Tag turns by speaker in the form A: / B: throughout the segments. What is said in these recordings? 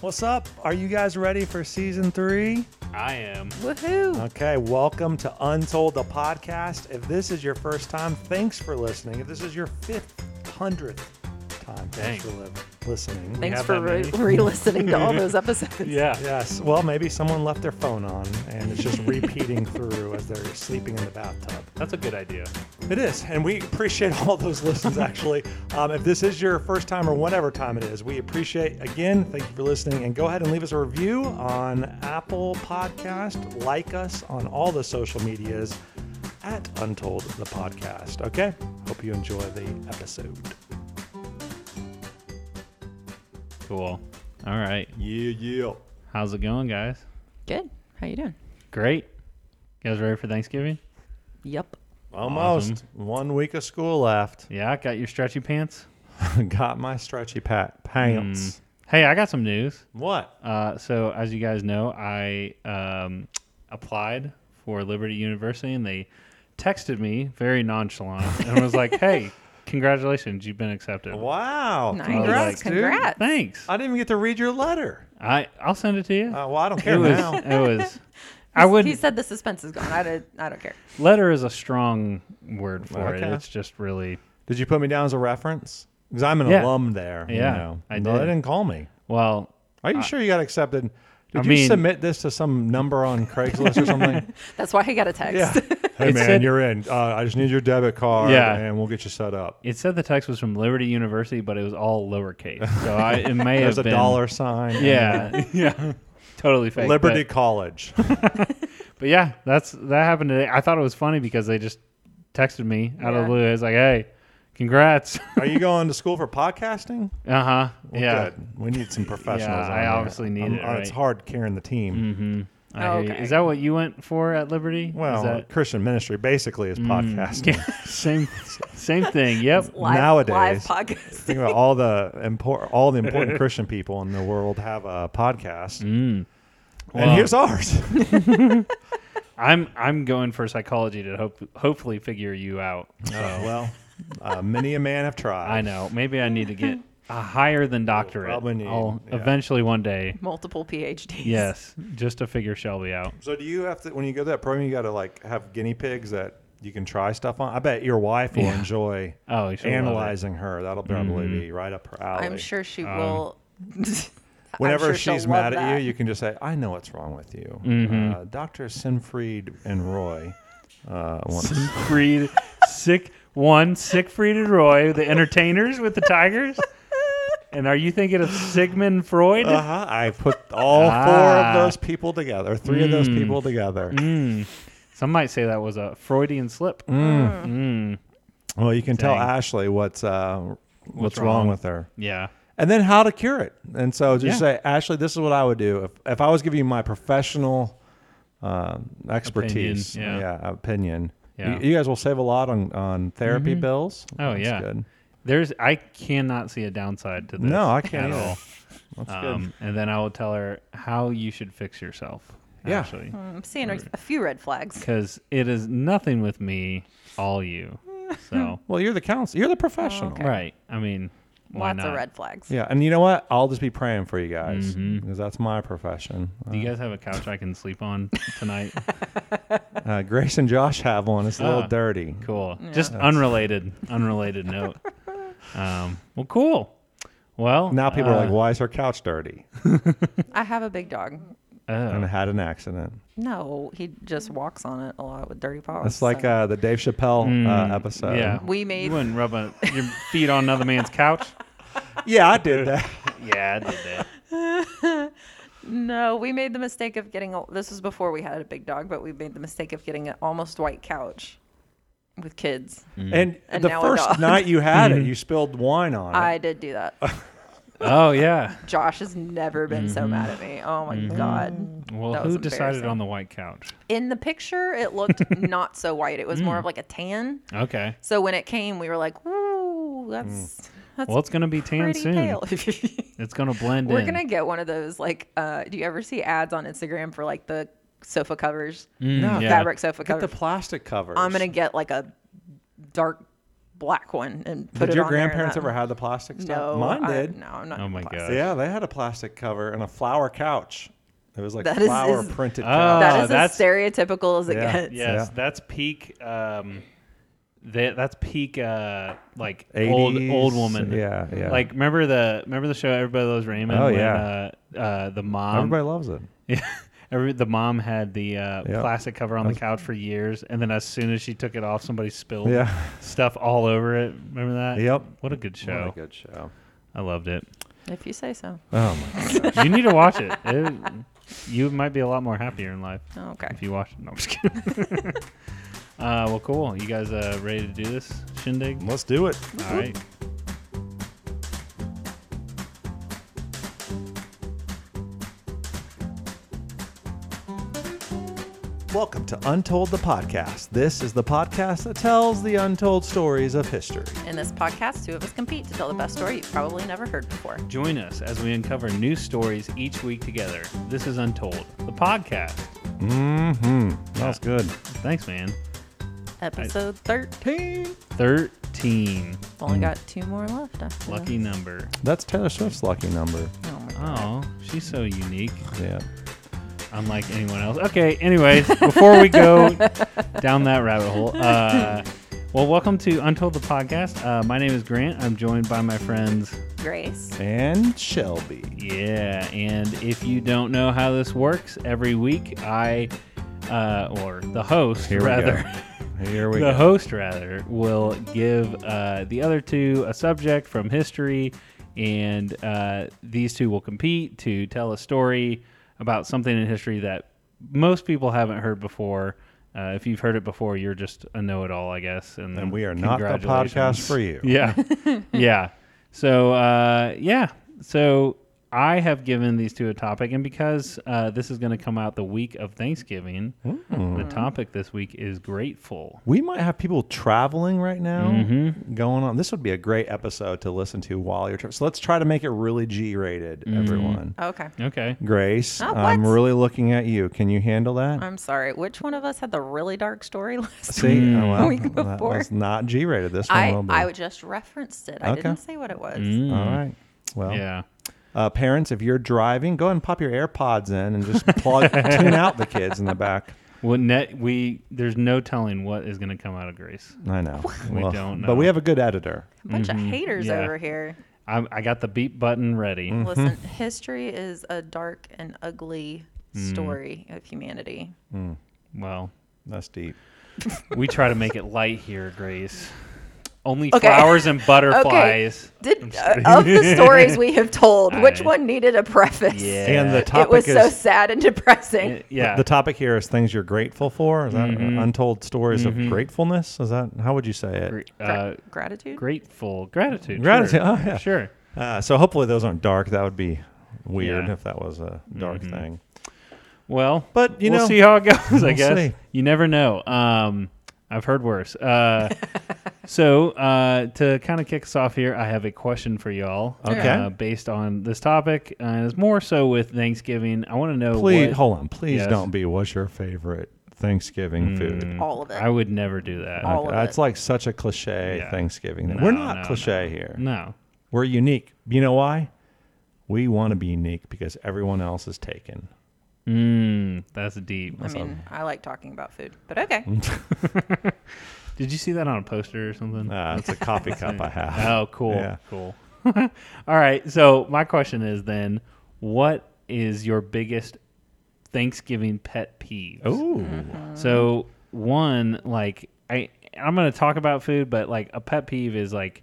A: What's up? Are you guys ready for season three?
B: I am.
C: Woohoo!
A: Okay, welcome to Untold the podcast. If this is your first time, thanks for listening. If this is your fifth hundredth time, thanks
B: Dang.
A: for li- listening.
C: Thanks
B: have that
C: for re-
B: many?
C: re-listening to all those episodes.
B: Yeah.
A: Yes. Well, maybe someone left their phone on and it's just repeating through as they're sleeping in the bathtub.
B: That's a good idea.
A: It is, and we appreciate all those listens. Actually, um, if this is your first time or whatever time it is, we appreciate again. Thank you for listening, and go ahead and leave us a review on Apple Podcast. Like us on all the social medias at Untold the Podcast. Okay, hope you enjoy the episode.
B: Cool. All right.
A: Yeah, yeah.
B: How's it going, guys?
C: Good. How you doing?
B: Great. You guys ready for Thanksgiving?
C: Yep.
A: Almost
B: Awesome.
A: one week of school left.
B: Yeah, got your stretchy pants.
A: Got my stretchy pat pants.
B: Hey, I got some news.
A: What?
B: Uh, so, as you guys know, I um, applied for Liberty University, and they texted me very nonchalant and was like, "Hey, congratulations, you've been accepted."
A: Wow!
C: Nice.
A: Congrats, dude.
C: Congrats.
B: Thanks.
A: I didn't even get to read your letter.
B: I I'll send it to you.
A: Uh, well, I don't
B: it
A: care
B: was.
A: now.
B: It was. I would.
C: He said the suspense is gone. I don't. I don't care.
B: Letter is a strong word for it.
A: Okay.
B: It's just really
A: Did you put me down as a reference? Because I'm an
B: Yeah.
A: alum there. you
B: Yeah,
A: know.
B: I
A: No, they
B: did.
A: didn't call me.
B: well.
A: Are you sure you got accepted? Did
B: I
A: you
B: mean-
A: submit this to some number on Craigslist or something?
C: That's why I got a text.
A: yeah. Hey
B: It
A: man,
B: said-
A: you're in. Uh, I just need your debit card.
B: Yeah.
A: and we'll get you set up.
B: It said the text was from Liberty University, but it was all lowercase. So I, it may
A: There's
B: have
A: a
B: been
A: dollar sign.
B: Yeah, yeah, totally fake.
A: Liberty
B: But,
A: College.
B: but yeah, that's that happened today. I thought it was funny because they just texted me out of
C: Yeah.
B: the blue. It's like, hey, congrats.
A: Are you going to school for podcasting?
B: uh huh.
A: Well,
B: yeah.
A: good. we need some professionals.
B: Yeah,
A: on
B: I
A: here.
B: obviously need
A: I'm-
B: it,
A: uh, It's
B: right? Mm-hmm.
A: hard carrying the team.
B: I
C: Oh,
B: hear you.
C: okay.
B: Is that what you went for at Liberty? Is
A: Well,
B: that- Mm.
A: Christian ministry basically is podcasting.
B: yeah, same same thing. Yep.
C: Live,
A: Nowadays-
C: live podcast.
A: Think about all the import, all the important Christian people in the world have a podcast, and
B: Mm. Well- Oh,
A: here's ours.
B: I'm I'm going for psychology to hope hopefully figure you out.
A: well, uh, many a man have tried.
B: I know. Maybe I need to get a higher than doctorate.
A: probably need-
B: I'll
A: yeah.
B: eventually one day.
C: Multiple PhDs.
B: Yes, just to figure Shelby out.
A: So do you have to when you go to that program? You got to like have guinea pigs that you can try stuff on. I bet your wife will enjoy
B: Oh, she'll love it. Mm-hmm.
A: analyzing her. That'll probably be right up her alley.
C: I'm sure she will. I'm
A: Um, Whenever
C: sure she'll
A: she's
C: love
A: mad at
C: that.
A: you, you can just say, "I know what's wrong with you."
B: Mm-hmm.
A: Uh, Doctor Sinfried and Roy. Uh, want-
B: Freed, sick one, Siegfried and Roy, the entertainers with the tigers. And are you thinking of Sigmund Freud?
A: Uh-huh. I put all four
B: Ah. Mm.
A: of those people together, three of those people together.
B: Some might say that was a Freudian slip.
A: Mm. Well, you can tell
B: Dang.
A: Ashley what's uh, what's, wrong?
B: wrong?
A: with her,
B: Yeah.
A: and then how to cure it. And so just
B: Yeah.
A: say, Ashley, this is what I would do if if I was giving you my professional uh, expertise,
B: Opinion, yeah.
A: opinion.
B: Yeah.
A: You, you guys will save a lot on on therapy bills.
B: Oh
A: That's
B: yeah.
A: good.
B: There's I cannot see a downside to this.
A: No, I can't
B: at
A: either.
B: all.
A: That's good.
B: Um, and then I will tell her how you should fix yourself.
A: Yeah.
B: Actually.
C: Mm, I'm seeing
A: Mm.
C: a a few red flags.
B: because it is nothing with me, all you. So
A: Well, you're the counselor.
B: Oh,
A: You're the professional.
C: okay.
B: right, I mean, why
C: Lots
B: not?
C: of red flags.
A: Yeah, and you know what? I'll just be praying for you guys
B: Mm-hmm.
A: because that's my profession.
B: Do you guys have a couch I can sleep on tonight?
A: Uh, Grace and Josh have one. It's a little
B: Ah.
A: dirty.
B: cool. Just unrelated, unrelated note. Um, well, cool. Well,
A: Now people
B: uh,
A: are like, "Why is her couch dirty?"
C: I have a big dog.
A: And
B: oh,
A: had an accident.
C: No, he just walks on it a lot with dirty paws.
A: It's like
C: so.
A: uh, the Dave Chappelle uh, episode.
B: Mm, yeah.
C: We made-
B: You wouldn't rub a, your feet on another man's couch.
A: yeah, I did that.
B: Yeah, I did that.
C: No, we made the mistake of getting a, this was before we had a big dog, but we made the mistake of getting an almost white couch with kids.
A: And,
C: And
A: the
C: now a
A: first
C: dog.
A: night you had
B: Mm-hmm.
A: it, you spilled wine on it.
C: I did do that.
B: Oh yeah.
C: Josh has never been
B: Mm-hmm.
C: so mad at me. Oh my god.
B: Well,
C: That was
B: who decided
C: embarrassing.
B: on the white couch?
C: In the picture, it looked not so white. It was more
B: Mm.
C: of like a tan.
B: Okay.
C: So when it came, we were like, "Ooh, that's that's
B: Mm. Well, it's gonna be tan
C: pretty
B: soon.
C: pale."
B: It's gonna blend
C: We're
B: in.
C: gonna get one of those. Like, uh, do you ever see ads on Instagram for like the sofa covers,
B: Mm, yeah.
C: fabric sofa
A: Get the
C: covers?
A: plastic covers.
C: I'm gonna get like a dark
A: Did
C: it
A: your
C: on there and
A: grandparents
C: that-
A: ever had the plastic stuff?
C: No,
A: Mine
C: I-
A: did.
C: no, I'm not.
B: Oh my
C: plastic.
B: gosh.
A: Yeah, they had a plastic cover and a flower couch. It was like
C: That is-
A: flower
C: is-
A: printed
B: Oh.
A: couch.
B: Uh,
C: That is
B: that's-
C: as stereotypical as it
A: Yeah.
C: gets.
B: Yes,
A: Yeah.
B: that's peak. Um, that that's peak. Uh, like old
A: 80s,
B: old woman.
A: Yeah, yeah.
B: Like remember the remember the show Everybody Loves Raymond.
A: Oh,
B: when,
A: yeah.
B: Uh, uh, the mom.
A: Everybody loves it.
B: Every, the mom had the uh,
A: Yeah.
B: plastic cover on the couch for years, and then as soon as she took it off, somebody spilled
A: Yeah.
B: stuff all over it. Remember that?
A: Yep.
B: What a good show!
A: What a good show.
B: I loved it.
C: If you say so.
A: Oh my
B: you need to watch it. It- You might be a lot more happier in life
C: Oh, okay.
B: if you watch it. No, I'm just kidding. uh, well, cool. You guys uh, ready to do this shindig?
D: Let's do it.
B: All right.
D: Welcome to Untold the Podcast. This is the podcast that tells the untold stories of history.
C: In this podcast, two of us compete to tell the best story you've probably never heard before.
B: Join us as we uncover new stories each week together. This is Untold, the podcast.
A: Mm-hmm. That's good.
B: Thanks, man.
C: Episode 13.
B: 13.
C: Only got two more left. After
B: Lucky number.
A: That's Taylor Swift's lucky number.
C: that. Oh, my God.
B: Oh, she's so unique.
A: Yeah.
B: unlike anyone else. Okay, anyways, before we go down that rabbit hole, uh, well, welcome to Untold the Podcast. Uh, my name is Grant. I'm joined by my friends.
C: Grace.
A: And Shelby.
B: Yeah, and if you don't know how this works, every week I, uh, or the host,
A: Here we
B: rather.
A: go. Here we
B: the
A: go.
B: host rather will give uh, the other two a subject from history and uh, these two will compete to tell a story about something in history that most people haven't heard before uh, if you've heard it before you're just a know-it-all i guess and,
A: And we are not the podcast for you.
B: yeah yeah so uh, yeah so i have given these two a topic and because uh, this is going to come out the week of thanksgiving
A: Mm.
B: the topic this week is grateful
A: We might have people traveling right now
B: Mm-hmm.
A: going on. This would be a great episode to listen to while you're traveling. So let's try to make it really G rated,
B: Mm-hmm.
A: everyone.
C: Okay.
B: Okay.
A: Grace,
C: Oh,
A: I'm
C: what? Um,
A: really looking at you. Can you handle that?
C: I'm sorry. Which one of us had the really dark story last
A: See, oh,
B: Mm.
A: well,
C: week
A: that
C: before.
A: was not G rated. This one
C: I,
A: will be.
C: I just referenced it. I
A: Okay. Mm-hmm.
C: didn't say what it was.
A: All right. Well,
B: Mm. Yeah.
A: uh, parents, if you're driving, go ahead and pop your AirPods in and just plug, tune out the kids in the back.
B: Well, net we there's no telling what is going to come out of Grace.
A: I know.
B: We don't
A: But we
B: know.
A: have a good editor.
C: A bunch
A: Mm-hmm.
C: of haters
B: Yeah.
C: over here.
B: I, I got the beep button ready.
A: Mm.
C: Listen, history is a dark and ugly
B: Mm.
C: story of humanity.
B: Well,
A: That's deep.
B: we try to make it light here, Grace. Only
C: Okay.
B: flowers and butterflies.
C: Did uh, of the stories we have told, which
B: I-
C: one needed a preface?
B: Yeah.
A: And the
B: It
A: topic
C: it was
A: is
C: so sad and depressing.
B: Y- Eh, Yeah. Mm-hmm.
A: The topic here is things you're grateful for. Is that untold stories of gratefulness? Is that how would you say it?
B: Gr-
C: Gra-
B: uh,
C: gratitude.
B: grateful gratitude. sure.
A: Gratitude, oh, yeah.
B: Sure.
A: Uh, so hopefully those aren't dark. That would be weird
B: Yeah. Mm-hmm.
A: if that was a dark thing.
B: Well,
A: But, you
B: we'll
A: know,
B: see how it goes. I
A: we'll
B: guess
A: see.
B: you never know. Um, I've heard worse. Uh, so uh, to kind of kick us off here, I have a question for y'all.
A: Okay.
B: uh, based on this topic, uh, and it's more so with Thanksgiving. I want to know.
A: Please
B: what,
A: hold on. Please
B: Yes. Mm.
A: don't be. What's your favorite Thanksgiving food?
C: All of it.
B: I would never do that.
C: All of
A: That's
C: it.
A: like such a cliche
B: Yeah.
A: Thanksgiving. thing.
B: No,
A: We're not
B: no,
A: cliche here.
B: No.
A: We're unique. You know why? We want to be unique because everyone else is taken.
B: Mm, that's deep.
C: I mean, I like talking about food, but okay.
B: Did you see that on a poster or something?
A: Uh, it's a coffee cup I have.
B: Oh, cool.
A: Yeah.
B: Cool. All right. So, my question is then what is your biggest Thanksgiving pet peeve?
A: Ooh.
B: Mm-hmm. So, one, like, I, I'm going to talk about food, but like a pet peeve is like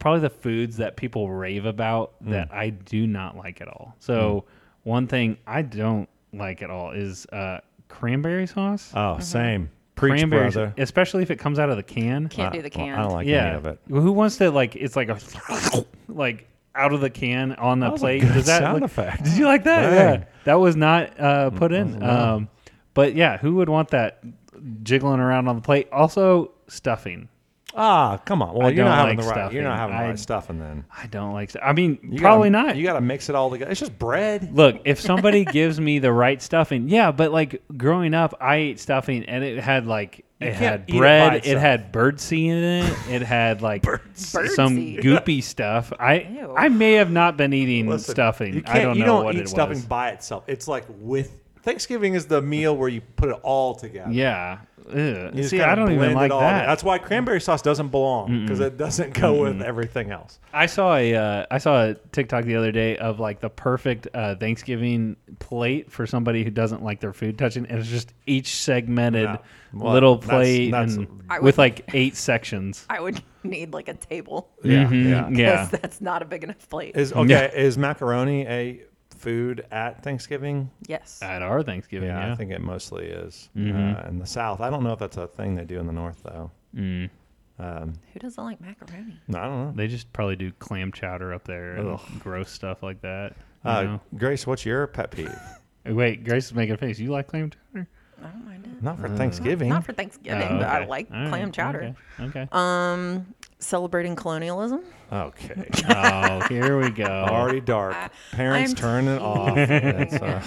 B: probably the foods that people rave about
A: Hmm.
B: that I do not like at all. So, one thing I don't like at all is uh, cranberry sauce.
A: Oh, same. Preach,
B: Cranberry-
A: brother.
B: especially if it comes out of the can.
C: Can't do
A: I-
C: the can.
A: I don't like
B: yeah.
A: any of it.
B: Well, Who wants to like? It's like a like out of the can on the
A: was a
B: plate.
A: good
B: Does that
A: sound
B: look-
A: effect.
B: Did you like that?
A: Dang.
B: Yeah, that was not uh, put
A: Mm,
B: in. Um, but yeah, who would want that jiggling around on the plate? Also, stuffing.
A: Ah, come on. Well,
B: I
A: you're not
B: don't
A: having
B: like
A: the right. You're not
B: stuffing.
A: having the
B: I-
A: right stuff, and then
B: I don't like. stu- I mean,
A: You gotta-
B: probably not. Mm,
A: You got to mix it all together. It's just bread.
B: Look, if somebody gives me the right stuffing, yeah, but like growing up, I ate stuffing and it had like it
A: can't
B: had
A: eat it by
B: bread. It,
A: itself.
B: had birdseed in it. It had like some
C: Birdseed.
B: goopy stuff. I
C: Ew.
B: I may have not been eating
A: Listen,
B: stuffing.
A: You
B: I
A: can't,
B: don't
A: you
B: know
A: don't
B: what
A: eat
B: it
A: stuffing
B: was.
A: by itself. It's like with Thanksgiving is the meal where you put it all together.
B: Yeah. Ugh.
A: You just
B: See,
A: kinda
B: I don't
A: blend
B: even
A: it
B: like
A: all in.
B: that.
A: That's why cranberry sauce doesn't belong because it doesn't go with everything else.
B: I saw a uh, I saw a TikTok the other day of like the perfect uh, Thanksgiving plate for somebody who doesn't like their food touching, and it's just each segmented
A: Yeah. Well,
B: little
A: that's-
B: plate
A: that's-
B: and
C: I
B: with
C: would-
B: like eight sections.
C: I would need like a table.
A: Yeah,
B: Mhm.
A: yeah.
B: yeah.
C: 'cause That's not a big enough plate.
A: Is okay. Is macaroni a food at Thanksgiving?
C: yes.
B: At our Thanksgiving,
A: Yeah,
B: yeah, Mm-hmm.
A: I think it mostly is uh, in the South. I don't know if that's a thing they do in the North though.
C: Who doesn't like macaroni?
A: No, I don't know.
B: they just probably do clam chowder up there and gross stuff like that. you
A: Uh,
B: know?
A: Grace, what's your pet peeve?
B: Hey, Wait, Grace is making a face. You like clam chowder?
C: I don't mind it.
A: Not for
B: Uh,
A: Thanksgiving.
C: Not for Thanksgiving,
B: Oh,
C: but I
B: okay.
C: like
B: All right,
C: clam chowder.
B: Okay. okay.
C: Um, celebrating colonialism.
A: okay.
B: oh, here we go.
A: Already dark. Parents
C: I'm
A: turn it off.
C: teasing.
A: It's, uh,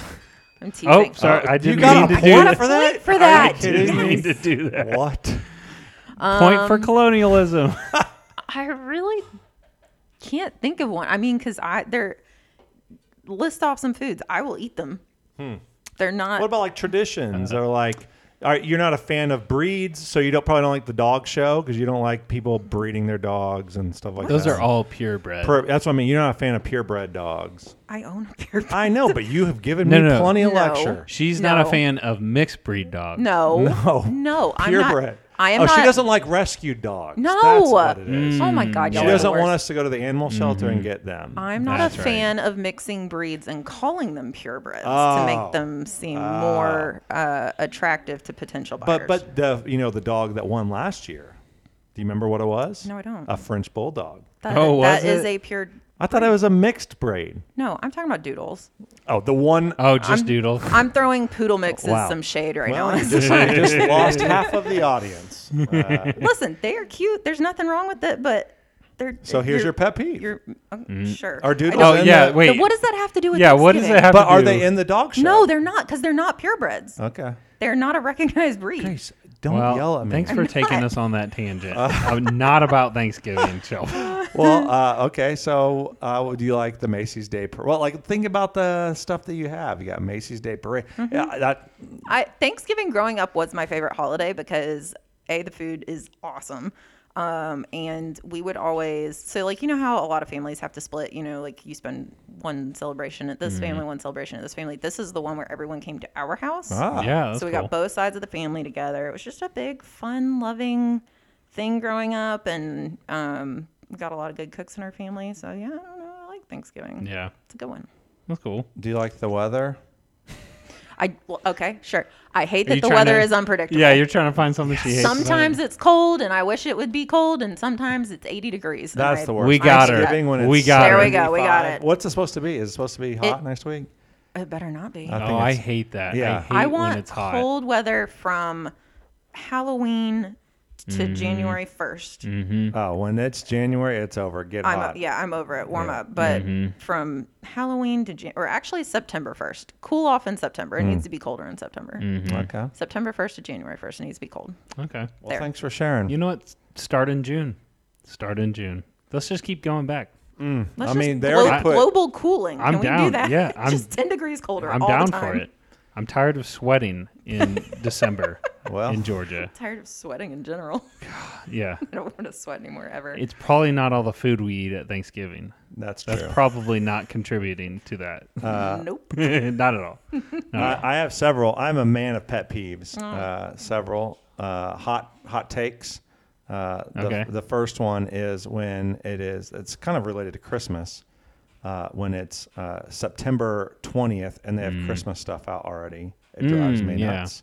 C: I'm teasing.
B: Oh, sorry, I didn't
A: got
B: mean
A: a
B: to do
A: point
B: that.
A: for that?
C: Point for
A: Are you
C: that.
A: kidding
B: Didn't
A: me?
B: mean to do that.
A: What?
B: Point
C: Um,
B: for colonialism.
C: I really can't think of one. I mean, because I they're list off some foods. I will eat them. They're not.
A: Hmm. What about like traditions or like? All right, you're not a fan of breeds, so you don't probably don't like the dog show because you don't like people breeding their dogs and stuff like
B: Those
A: that.
B: are all purebred.
A: Per- that's what I mean. You're not a fan of purebred dogs.
C: I own a purebred.
A: I know, but you have given
B: No,
A: me
B: no, no.
A: plenty of
C: No.
A: lecture.
B: She's not a
C: No.
B: fan of mixed breed dogs.
C: no,
A: No,
C: no, I'm not.
A: Oh, purebred.
C: I am
A: oh,
C: not.
A: she doesn't like rescued dogs.
C: No.
A: that's what it
B: Mm,
A: is.
C: Oh my god, y'all
A: She
C: are the
A: doesn't want
C: worst.
A: us to go to the animal shelter
B: Mm-hmm.
A: and get them.
C: I'm not
B: That's
C: a
B: right.
C: fan of mixing breeds and calling them purebreds to
A: Oh. Ah.
C: make them seem more uh, attractive to potential buyers.
A: but but the you know the dog that won last year. Do you remember what it was?
C: No, I don't.
A: A French bulldog.
C: that,
B: Oh, was
C: that is
B: it?
C: a pure.
A: I thought it was a mixed breed.
C: No, I'm talking about doodles.
A: Oh, the one
B: Oh, just doodle.
C: I'm throwing poodle mixes
A: Wow.
C: some shade right
A: Well,
C: now.
A: you just, you just lost half of the audience. Uh,
C: Listen, they are cute. The's nothing wrong with it, but they're.
A: so here's your pet peeve.
C: You're oh, sure.
A: Are
C: I
A: doodles
C: don't-
B: Oh
A: in the-
B: yeah, wait.
C: But what does that have to do with?
B: yeah, what does
C: Thanksgiving?
B: it have?
A: But
B: to
A: are
B: do?
A: they in the dog show?
C: No, they're not because they're not purebreds.
A: Okay.
C: They're not a recognized breed.
A: Grace, don't
B: Well,
A: yell at me.
B: thanks for taking us on that
C: Uh,
B: tangent. I'm not about Thanksgiving, Shelby.
A: Well, uh, okay. So, uh, do you like the Macy's Day Parade? Well, like think about the stuff that you have. You got Macy's Day Parade.
C: Mm-hmm.
A: Yeah, that
C: I Thanksgiving growing up was my favorite holiday because a the food is awesome. Um, and we would always so like you know how a lot of families have to split you know like you spend one celebration at this
B: Mm-hmm.
C: family one celebration at this family this is the one where everyone came to our house
A: ah,
B: Yeah, that's
C: so
B: Oh,
C: we
B: cool.
C: got both sides of the family together it was just a big fun loving thing growing up and um, we got a lot of good cooks in our family so yeah I don't know I like Thanksgiving
B: Yeah,
C: it's a good one
B: that's cool.
A: Do you like the weather?
C: I well, okay sure I hate
B: you
C: that the
B: trying
C: weather
B: to-
C: is unpredictable
B: Yeah, you're trying to find something she hates.
C: Sometimes it's cold and I wish it would be cold, and sometimes it's 80 degrees. and
A: That's
C: I-
A: the worst.
B: We got her.
A: Thanksgiving When it's
B: We got
C: There we go, we got
A: 75.
C: it.
A: What's it supposed to be? Is it supposed to be hot
C: It-
A: next week?
C: It better not be.
A: I
B: Oh,
A: think
B: I
A: it's-
B: hate that.
A: Yeah.
B: I hate
C: I
B: when
C: want
B: it's hot.
C: cold weather from Halloween t- to
B: Mm.
C: January 1st.
B: Mm-hmm.
A: Oh, when it's January, it's over. Get
C: I'm o-
A: hot. Mm-hmm.
C: yeah, I'm over it. Warm up, but from Halloween to Jan- or actually September 1st. Cool off in September. It
A: Mm.
C: needs to be colder in September.
B: Mm-hmm.
A: Okay.
C: September 1st to January 1st it needs to be cold.
B: Okay.
A: Well,
C: There.
A: thanks for sharing.
B: You know what? Start in June. Start in June. Let's just keep going back.
C: Let's
A: I
C: just
A: mean, they
C: glo-
A: already put-
C: global cooling. Can
B: I'm
C: we
B: down.
C: do that?
B: Yeah, I'm-
C: just 10 degrees colder.
B: I'm
C: all
B: down
C: the time.
B: for it. I'm tired of sweating in December
A: Well.
B: in Georgia.
C: Tired of sweating in general.
B: Yeah.
C: I don't want to sweat anymore ever.
B: It's probably not all the food we eat at Thanksgiving.
A: That's true.
B: That's probably not contributing to that.
C: nope.
B: not at all.
A: I, I have several. I'm a man of pet peeves.
B: Oh.
A: Uh, several uh, hot hot takes. Uh, the,
B: Okay.
A: the first one is when it is. It's kind of related to Christmas. Uh, when it's uh, September 20th and they have Christmas stuff out already, it drives me
B: Mm. yeah.
A: nuts.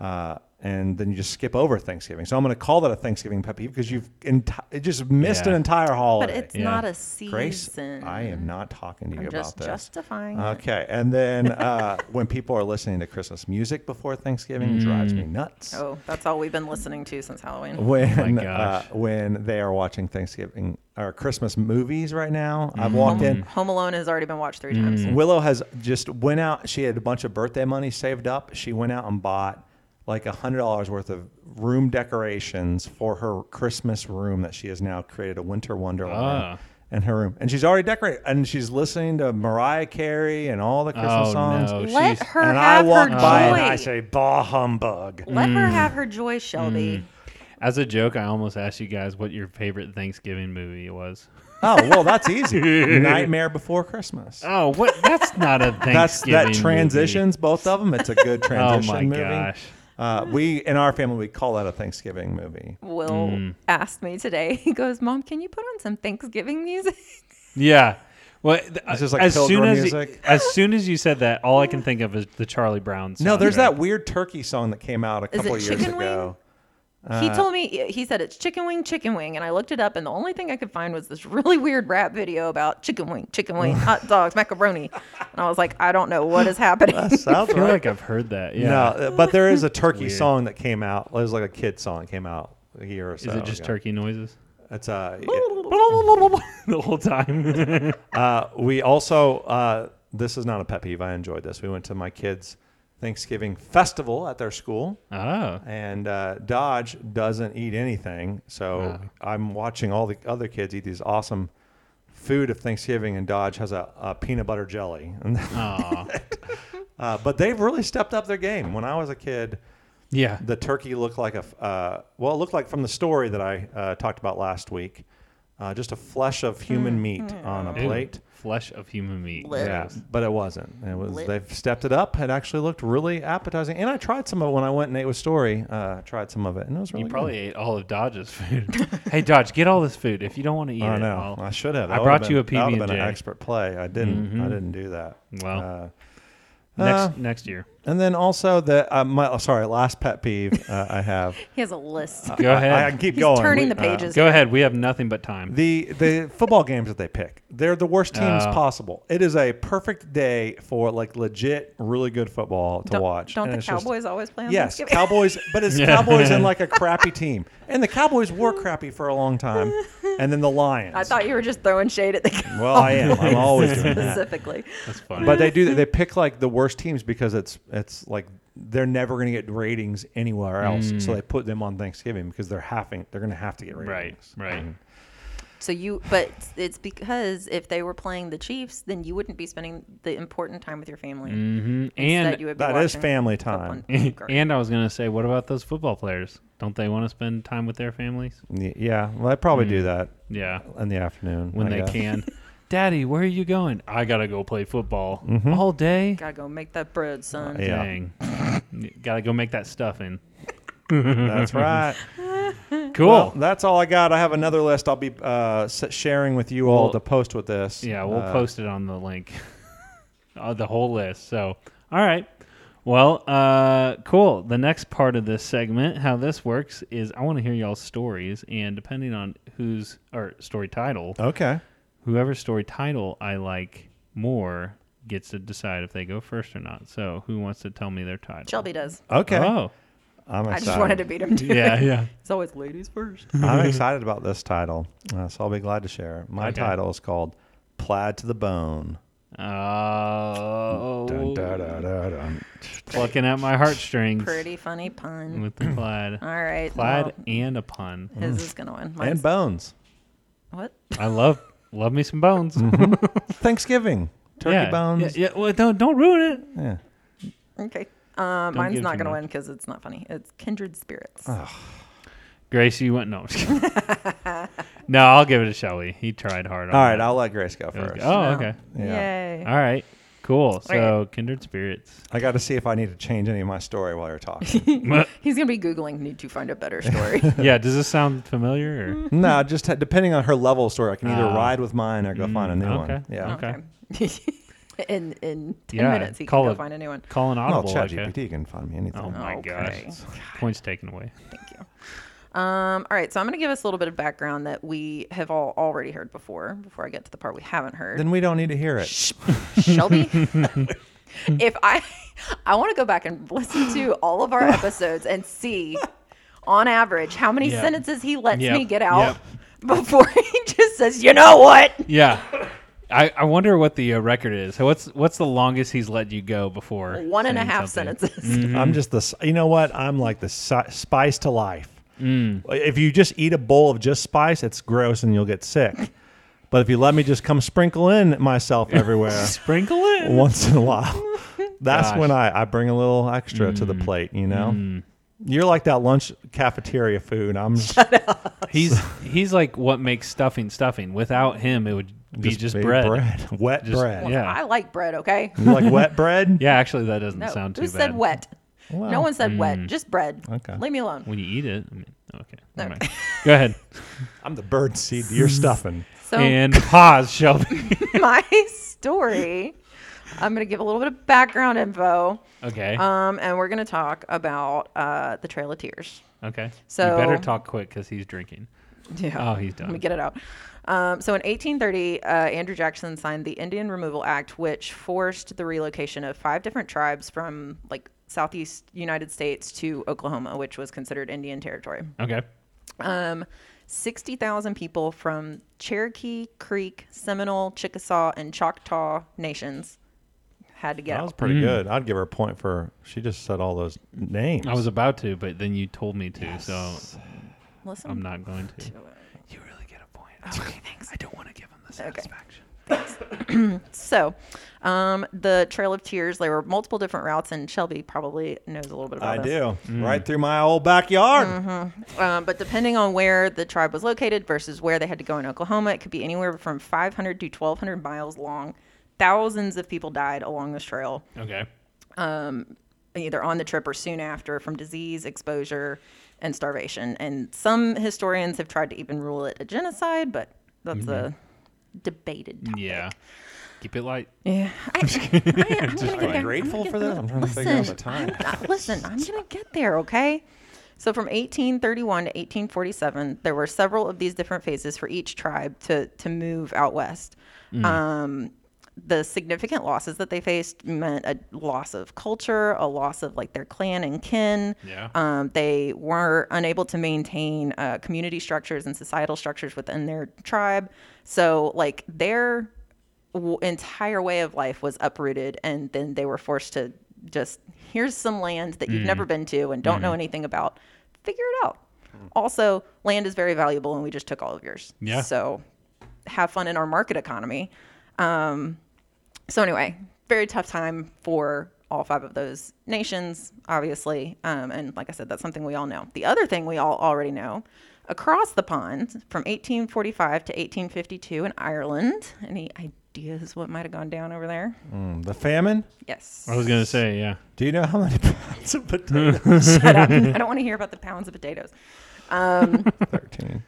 A: Uh, and then you just skip over Thanksgiving. So I'm going to call that a Thanksgiving pet peeve because you've enti- it just missed
B: Yeah.
A: an entire
C: But
A: holiday.
C: it's
B: Yeah.
C: not a season.
A: Grace, I am not talking to you
C: I'm
A: about
C: just
A: this. Uh,
C: justifying. it.
A: Okay, and then uh, when people are listening to Christmas music before Thanksgiving, it drives me nuts.
C: Oh, that's all we've been listening to since Halloween.
A: When
B: Mm. Oh My gosh.
A: Uh, when they are watching Thanksgiving or Christmas movies right now, I've walked
B: Mm-hmm.
A: in.
C: Home Alone has already been watched three
A: Mm.
C: times.
A: Willow has just went out. She had a bunch of birthday money saved up. She went out and bought like $100 worth of room decorations for her Christmas room that she has now created a winter wonderland
B: Ah.
A: in her room. And she's already decorated and she's listening to Mariah Carey and all the Christmas
B: Oh,
A: songs.
B: no.
C: Let
B: she's-
C: her
A: and I
C: have
A: walk
C: her
A: by and
C: joy.
A: I say, bah humbug.
C: Let her have her joy, Shelby.
B: As a joke, I almost asked you guys what your favorite Thanksgiving movie was.
A: oh, well, that's easy. Nightmare Before Christmas.
B: Oh, what? That's not a Thanksgiving.
A: That's that
B: movie.
A: transitions both of them. It's a good
B: Oh
A: transition
B: my
A: movie.
B: gosh.
A: Uh, we in our family we call that a Thanksgiving movie.
C: Will
A: Mm.
C: asked me today. He goes, "Mom, can you put on some Thanksgiving music?"
B: Yeah. Well, th-
A: It's just like
B: as soon
A: Pilgrim
B: as
A: music.
B: as soon as you said that, all I can think of is the Charlie Brown.
A: No, there's
B: soundtrack.
A: that weird turkey song that came out a
C: Is
A: couple
C: it
A: years
C: Chicken
A: ago.
C: he
A: Uh,
C: told me he said it's chicken wing, chicken wing, and I looked it up, and the only thing I could find was this really weird rap video about chicken wing, chicken wing, hot dogs, macaroni, and I was like, I don't know what is happening.
A: Sounds
B: I feel
A: right.
B: like I've heard that. Yeah.
A: No, uh, but there is a turkey
B: Weird.
A: song that came out. It was like a kid song that came out a year or so.
B: Is it just
A: ago.
B: turkey noises
A: It's uh,
B: the whole time?
A: uh, we also uh, this is not a pet peeve. I enjoyed this. We went to my kids' Thanksgiving festival at their school.
B: oh.
A: and uh, Dodge doesn't eat anything. So I'm watching all the other kids eat these awesome food of Thanksgiving, and Dodge has a, a peanut butter jelly. And,
B: Aw.
A: uh, but they've really stepped up their game. When I was a kid,
B: Yeah.
A: the turkey looked like a f- uh, well, it looked like from the story that I uh, talked about last week, uh, just a flesh of human meat on a
B: Ew.
A: plate.
B: Flesh of human meat.
C: Lip.
A: Yeah, but it wasn't. It was
C: Lit.
A: they've stepped it up. It actually looked really appetizing, and I tried some of it when I went and ate with Story. Uh, I tried some of it, and it was really
B: You
A: good.
B: probably ate all of Dodge's food. hey, Dodge, get all this food if you don't want to eat
A: I
B: it.
A: know. Uh,
B: I'll-
A: I should have.
B: I
A: That
B: brought
A: would've
B: you a
A: been- That would have been
B: PB&J.
A: an expert play. I didn't. I didn't do that.
B: Mm-hmm. Well.
A: Uh,
B: next next year.
A: and then also the uh, my oh, sorry last pet peeve uh, I have.
C: He has a list.
B: Go ahead.
A: I, I can keep
C: He's
A: going.
C: turning
A: Uh, We- uh,
C: the pages.
B: Go ahead. We have nothing but time.
A: The the football games that they pick, they're the worst teams
B: Oh.
A: possible. It is a perfect day for like legit, really good football to
C: don't,
A: watch.
C: Don't
A: and
C: the
A: it's just-
C: Cowboys always play on
A: Yes,
C: Thanksgiving?
A: Cowboys, but it's Cowboys and like a crappy team, and the Cowboys were crappy for a long time, and then the Lions.
C: I thought you were just throwing shade at the Cowboys
A: Well, I am. I'm always doing that.
C: specifically.
B: That's funny.
A: but they do they pick like the worst teams because it's it's like they're never going to get ratings anywhere else so they put them on thanksgiving because they're having they're going to have to get ratings
B: right. Right.
A: Mm-hmm.
C: So you, but it's because if they were playing the Chiefs, then you wouldn't be spending the important time with your family.
B: hmm
C: Instead,
B: And
C: you would be
A: that is
C: watching
A: family
C: football
A: time
C: and poker.
B: and I was gonna say, what about those football players? Don't they want to spend time with their families?
A: Y- yeah well i probably do that
B: Yeah,
A: in the afternoon
B: when
A: I
B: they
A: guess.
B: can. Daddy, where are you going? I gotta go play football
A: Mm-hmm.
B: all day.
C: gotta go make that bread, son.
A: Yeah.
B: Dang, gotta go make that stuffing.
A: that's right
B: Cool.
A: well that's all i got i have another list i'll be uh, s- sharing with you all
B: Well-
A: to post with this
B: yeah, we'll
A: Uh,
B: post it on the link, Uh, the whole list. So, all right. Well, uh, cool. The next part of this segment, how this works, is I want to hear y'all's stories, and depending on whose or story title,
A: okay
B: whoever story title I like more gets to decide if they go first or not. So who wants to tell me their title?
C: Shelby does.
A: okay
B: Oh,
A: i'm
C: I
A: excited
C: just wanted to beat him too.
B: yeah, yeah.
C: It's always ladies first.
A: i'm excited about this title uh, so i'll be glad to share it. my
B: Okay.
A: title is called plaid to the bone
B: Oh,
A: Dun, da, da, da, dun.
B: plucking at my heartstrings
C: Pretty funny pun.
B: with the plaid,
C: All right.
B: Mm. plaid
C: Mm-hmm. Uh,
B: Mm.
C: well,
B: and a pun.
C: his is gonna win.
A: and
C: Mine's,
A: bones.
C: what?
B: I love love me some bones.
A: Mm-hmm. Thanksgiving turkey
B: yeah.
A: bones.
B: Yeah, yeah, well, don't don't ruin it.
A: Yeah.
C: Okay. Uh, mine's
B: give
C: not
B: too
C: gonna
B: much. Ah,
C: win because it's not funny. It's kindred spirits.
B: Gracie went no. I'm just kidding. no, I'll give it a Shelby. He tried hard. on
A: All right,
B: that.
A: I'll let Grace go first.
B: Oh,
C: No.
B: okay.
A: Yeah.
C: Yay.
B: All right. Cool. So kindred spirits.
A: I got to see if I need to change any of my story while you're talking.
C: He's gonna be googling. Need to find a better story.
B: yeah, does this sound familiar?
C: Mm.
B: Or?
A: no, just ha- depending on her level of story, I can either
B: Ah. Mm,
A: ride with mine or go find a new
B: okay.
A: one.
C: Oh.
A: Yeah.
B: Okay.
C: in in ten
B: Yeah,
C: minutes, he
B: call
C: can go
B: it-
C: find a new one.
B: Call an
A: Well,
B: audible. okay.
A: ChatGPT can find me anything.
B: Oh my
C: Okay.
B: gosh. Points taken away.
C: Thank you. Um, all right, so I'm going to give us a little bit of background that we have all already heard before. Before I get to the part we haven't heard,
A: Then we don't need to hear it.
C: Sh- Shelby, if I I want to go back and listen to all of our episodes and see, on average, how many
B: Yeah.
C: sentences he lets
B: Yep.
C: me get out before he just says, "You know what?
B: Yeah. I, I wonder what the uh, record is. So what's what's the longest he's let you go before?
C: One and a
B: saying
C: half
B: something?
C: sentences.
B: Mm-hmm.
A: I'm just the. s- You know what? I'm like the si- spice to life.
B: Mm.
A: If you just eat a bowl of just spice, it's gross and you'll get sick. but if you let me just come sprinkle in myself everywhere
B: Uh, Sprinkle it.
A: once in a while, that's
B: Gosh. Mm.
A: when I, I bring a little extra to the plate. You know, you're like that lunch cafeteria food. I'm just,
B: He's he's like what makes stuffing stuffing. Without him, it would be just,
A: big
B: bread.
A: wet
B: Just-
A: bread.
B: Yeah.
C: I like bread, okay?
A: You like wet bread?
B: Yeah, actually, that doesn't
C: No.
B: sound too
C: Who
B: bad. mm.
C: said wet? no
A: Well,
C: one said wet. Just bread.
A: Okay.
C: Leave me alone.
B: When you eat it, I mean, okay. never
C: No.
B: mind. Go ahead
A: I'm the bird seed. You're stuffing.
C: So
B: and pause, Shelby.
C: my story. I'm going to give a little bit of background info,
B: okay.
C: um, and we're going to talk about uh, the Trail of Tears.
B: okay.
C: so-
B: you better talk quick because he's drinking.
C: Yeah.
B: Oh, he's done.
C: Let me get it out. Um, so in 1830, uh, Andrew Jackson signed the Indian Removal Act, which forced the relocation of five different tribes from like southeast United States to Oklahoma, which was considered Indian territory.
B: Okay.
C: Um, 60,000 people from Cherokee, Creek, Seminole, Chickasaw, and Choctaw nations had to get
A: That was
C: out.
A: pretty good. Mm. I'd give her a point for she just said all those names.
B: I was about to, but then you told me to, so
C: Listen,
B: I'm not going to.
C: to it.
B: You really get a point. Okay, thanks. I don't want to give him the satisfaction.
C: So, um, the Trail of Tears, there were multiple different routes, and Shelby probably knows a little bit about
A: I
C: this.
A: do. Right through my old backyard.
C: Um, but depending on where the tribe was located versus where they had to go in Oklahoma, it could be anywhere from 500 to 1,200 miles long. Thousands of people died along this trail,
B: Okay.
C: either on the trip or soon after, from disease, exposure, and starvation. And some historians have tried to even rule it a genocide, but that's a debated topic.
B: Yeah. Keep it light.
C: Yeah. I, I, I'm gonna get
A: Are you
C: there.
A: grateful
C: I'm
A: for
C: gonna-
A: this? I'm trying to figure out the time.
C: I'm- I- listen, I'm going to get there, okay? So from 1831 to 1847, there were several of these different phases for each tribe to, to move out west.
A: Mm.
C: Um, the significant losses that they faced meant a loss of culture, a loss of like their clan and kin.
B: Yeah.
C: Um, they were unable to maintain uh, community structures and societal structures within their tribe. So like their w- entire way of life was uprooted and then they were forced to just here's some land that you've never been to and don't know anything about figure it out also land is very valuable and we just took all of yours
B: Yeah.
C: so have fun in our market economy um, so anyway very tough time for all five of those nations obviously um, and like i said that's something we all know the other thing we all already know across the pond from 1845 to 1852 in ireland any ideas what might have gone down over there
A: Mm, the famine?
C: Yes.
B: I was gonna say, yeah.
A: Do you know how many pounds of potatoes?
C: Shut up. I don't want to hear about the pounds of potatoes.
A: 13.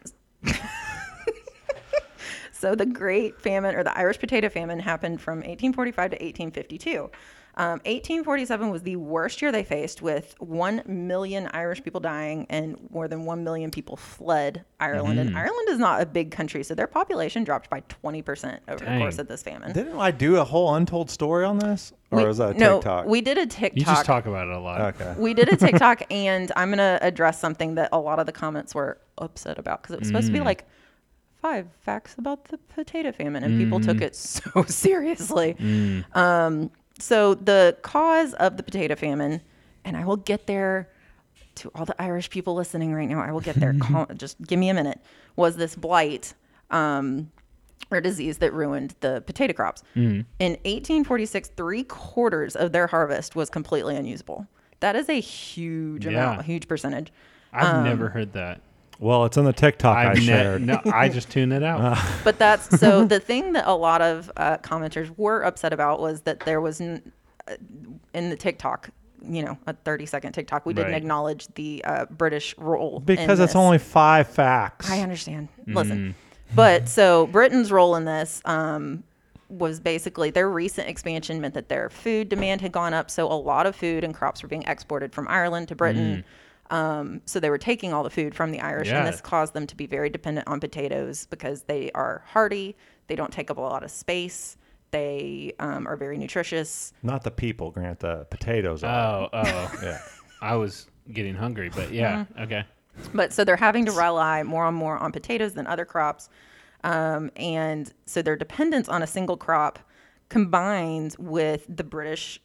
C: So the Great Famine or the Irish Potato Famine happened from 1845 to 1852. Um, 1847 was the worst year they faced, with 1 million Irish people dying and more than 1 million people fled Ireland.
B: Mm.
C: And Ireland is not a big country, so their population dropped by 20% over the
B: Dang.
C: course of this famine.
A: Didn't I do a whole untold story on this? Or
C: We-
A: was that a
C: no,
A: TikTok?
C: we did a TikTok.
B: You just talk about it a lot.
A: okay.
C: we did a TikTok, and I'm gonna address something that a lot of the comments were upset about because it was supposed to be
B: Mm.
C: like five facts about the potato famine, and people took it so seriously. Um, so the cause of the potato famine, and I will get there. To all the Irish people listening right now, I will get there. Calm, just give me a minute. Was this blight? Um, or disease that ruined the potato crops. In 1846, three quarters of their harvest was completely unusable. That is a huge amount,
B: Yeah.
C: a huge percentage.
B: I've
C: Um,
B: never heard that.
A: well, it's in the TikTok i
B: I've ne-
A: shared.
B: no, I just tune it out.
C: But that's so the thing that a lot of uh, commenters were upset about was that there was n- uh, in the TikTok, you know, a 30 second TikTok, we didn't
B: Right.
C: acknowledge the uh, British role. in
A: because it's
C: this.
A: only five facts.
C: I understand. Listen. But so Britain's role in this um, was basically their recent expansion meant that their food demand had gone up. So a lot of food and crops were being exported from Ireland to Britain. Um, so they were taking all the food from the Irish, and
B: Yeah.
C: this caused them to be very dependent on potatoes because they are hardy, they don't take up a lot of space, they um, are very nutritious.
A: Not the people, Grant, the potatoes are.
B: Oh, oh.
A: yeah.
B: I was getting hungry, but yeah, okay.
C: But so they're having to rely more and more on potatoes than other crops. Um, and so their dependence on a single crop combined with the British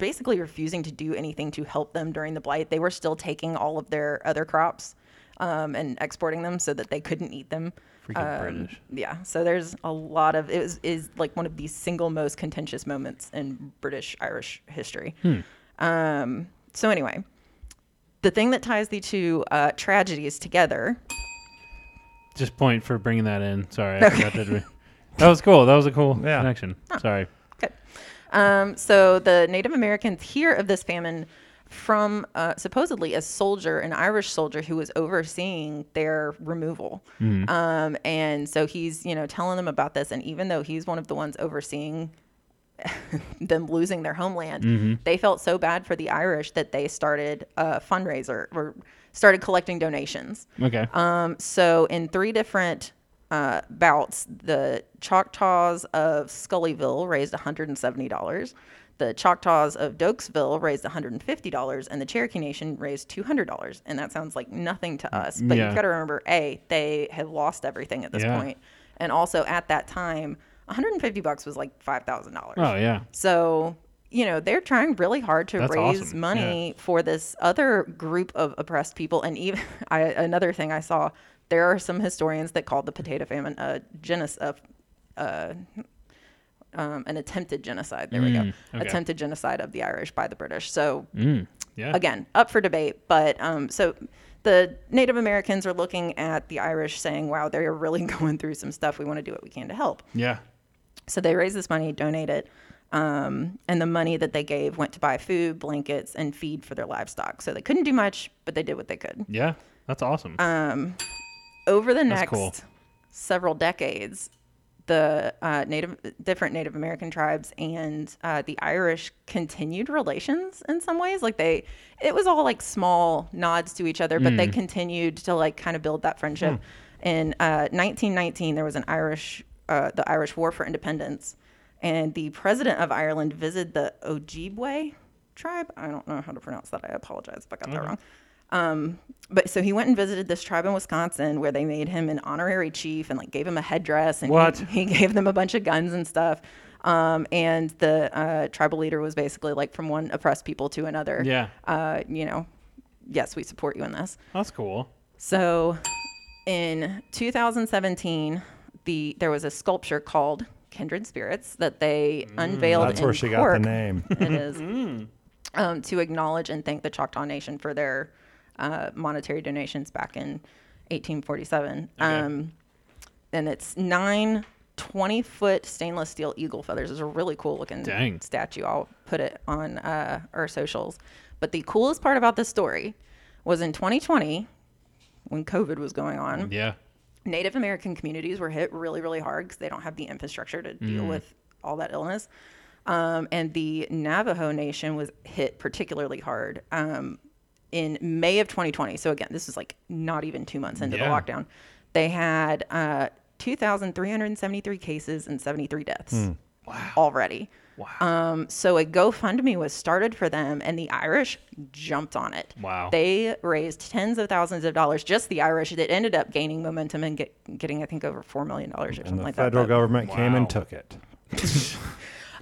C: basically refusing to do anything to help them during the blight. They were still taking all of their other crops um, and exporting them so that they couldn't eat them.
B: Freaking
C: Um,
B: British.
C: Yeah. So there's a lot of it was, is like one of the single most contentious moments in British Irish history. Um, so anyway, the thing that ties the two uh, tragedies together.
B: Just point for bringing that in. Sorry, I forgot that. That was cool. That was a cool
A: Yeah.
B: connection. Sorry.
C: Good. Um, so the Native Americans hear of this famine from uh, supposedly a soldier, an Irish soldier who was overseeing their removal. Um, and so he's, you know, telling them about this. And even though he's one of the ones overseeing them losing their homeland, they felt so bad for the Irish that they started a fundraiser or started collecting donations.
B: Okay.
C: Um, so in three different uh, bouts, the Choctaws of Scullyville raised $170. The Choctaws of Doakesville raised $150 and the Cherokee Nation raised $200. And that sounds like nothing to us, but
B: Mm, Yeah.
C: you've got to remember A, they had lost everything at this
B: Yeah.
C: point. And also at that time, 150 bucks was like $5,000.
B: oh yeah.
C: So, you know, they're trying really hard to
B: That's
C: raise
B: awesome.
C: money for this other group of oppressed people. And even I, another thing I saw, there are some historians that called the potato famine a genocide, uh, um, an attempted genocide. There we go.
B: Mm, okay. Mm.
C: Attempted genocide of the Irish by the British. So
B: Yeah.
C: again up for debate but um, so the native americans are looking at the irish saying wow they're really going through some stuff we want to do what we can to help
B: Yeah.
C: so they raised this money, donate it, um, and the money that they gave went to buy food, blankets, and feed for their livestock. So they couldn't do much, but they did what they could.
B: Yeah. That's awesome.
C: Over the next
B: cool.
C: several decades, the uh, native, different Native American tribes and uh, the Irish continued relations in some ways. Like they, it was all like small nods to each other, but they continued to like kind of build that friendship. In uh, 1919, there was an Irish, uh, the Irish War for Independence, and the president of Ireland visited the Ojibwe tribe. I don't know how to pronounce that. I apologize if I got that wrong. Um, but so he went and visited this tribe in Wisconsin where they made him an honorary chief and like gave him a headdress and he-
B: What?
C: He, gave them a bunch of guns and stuff. Um, and the uh, tribal leader was basically like from one oppressed people to another.
B: Yeah.
C: Uh, you know, yes, we support you in this.
B: That's cool.
C: So in 2017, the there was a sculpture called Kindred Spirits that they unveiled
A: That's
C: in
A: where she got the
C: Cork
A: name.
C: it is um, to acknowledge and thank the Choctaw Nation for their uh, monetary donations back in 1847. Um, and it's nine 20 foot stainless steel eagle feathers. It's a really cool looking
B: Dang.
C: statue. I'll put it on uh, our socials. But the coolest part about this story was in 2020, when COVID was going on,
B: Yeah.
C: Native American communities were hit really, really hard because they don't have the infrastructure to deal with all that illness. Um, and the Navajo Nation was hit particularly hard um, in May of 2020. So, again, this is like not even two months into
B: Yeah.
C: the lockdown. They had uh, 2,373 cases and 73 deaths already.
B: Wow.
C: Um, so, a GoFundMe was started for them, and the Irish jumped on it.
B: Wow.
C: They raised tens of thousands of dollars, just the Irish, that ended up gaining momentum and get, getting, I think, over $4 million or something
A: And the
C: like
A: federal
C: Oh that. but
A: government came
B: Wow.
A: and took it.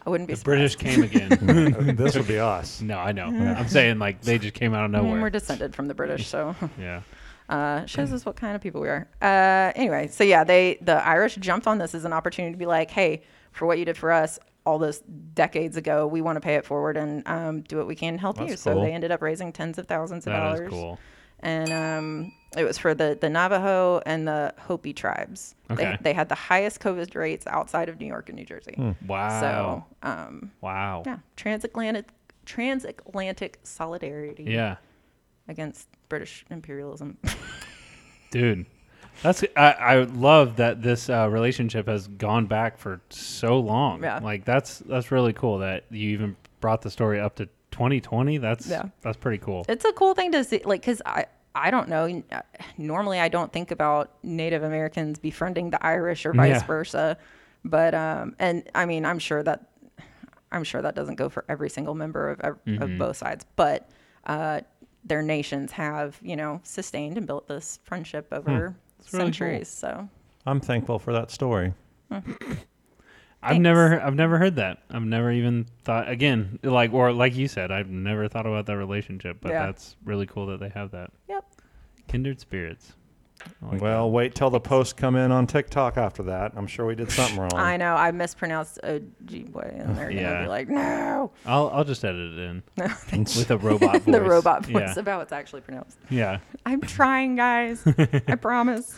C: I wouldn't be surprised.
B: British came again.
A: this would be us.
B: no, I know. I'm saying like they just came out of
C: I mean, we're
B: nowhere.
C: descended from the British, so
B: Yeah.
C: uh, shows us what kind of people we are. Uh, anyway, so yeah, they the Irish jumped on this as an opportunity to be like, hey, for what you did for us all those decades ago, we want to pay it forward and um, do what we can to help you.
A: That's
C: So
A: cool.
C: they ended up raising tens of thousands of
B: That
C: dollars.
B: is cool.
C: and um, it was for the, the Navajo and the Hopi tribes.
B: Okay. Hmm.
C: They, they had the highest COVID rates outside of New York and New Jersey.
B: Wow.
C: So, um,
B: wow.
C: yeah, transatlantic transatlantic solidarity
B: yeah.
C: against British imperialism.
B: Dude. That's I, I love that this uh, relationship has gone back for so long.
C: Yeah.
B: Like that's that's really cool that you even brought the story up to 2020. That's
C: Yeah.
B: that's pretty cool.
C: it's a cool thing to see, like, because I. I don't know. uh, Normally, I don't think about Native Americans befriending the Irish or vice
B: Yeah.
C: versa, but um, and I mean, I'm sure that I'm sure that doesn't go for every single member of, of
B: Mm-hmm.
C: both sides, but uh, their nations have, you know, sustained and built this friendship over
B: Hmm. really cool.
C: centuries. So
A: I'm thankful for that story.
B: I've
C: Thanks.
B: never I've never heard that. I've never even thought again like or like you said I've never thought about that relationship, but
C: Yeah.
B: that's really cool that they have that.
C: Yep.
B: Kindred spirits. I like
A: Well, wait till the posts come in on TikTok after that. I'm sure we did something wrong.
C: I know. I mispronounced Ojibwe, and they're
B: Yeah.
C: gonna be like, "No,
B: that. I'll I'll just edit it in
C: no."
B: with a robot voice.
C: the robot voice
B: Yeah.
C: about how it's actually pronounced.
B: yeah.
C: I'm trying, guys. I promise.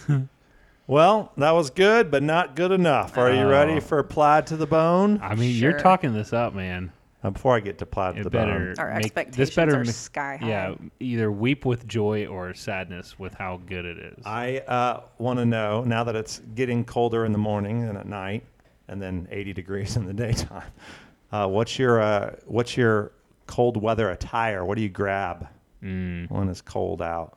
A: Well, that was good, but not good enough. Are you
B: Oh.
A: ready for Plaid to the Bone?
B: I mean, you're
C: Sure.
B: talking this up, man.
A: Uh, before I get to Plaid to
B: It
A: the Bone,
B: better
C: Our
B: make-
C: expectations
B: this better
C: are
B: ma-
C: sky high.
B: Yeah, either weep with joy or sadness with how good it is.
A: I uh, want to know now that it's getting colder in the morning and at night, and then 80 degrees in the daytime. Uh, what's your uh, what's your cold weather attire? What do you grab when it's cold out?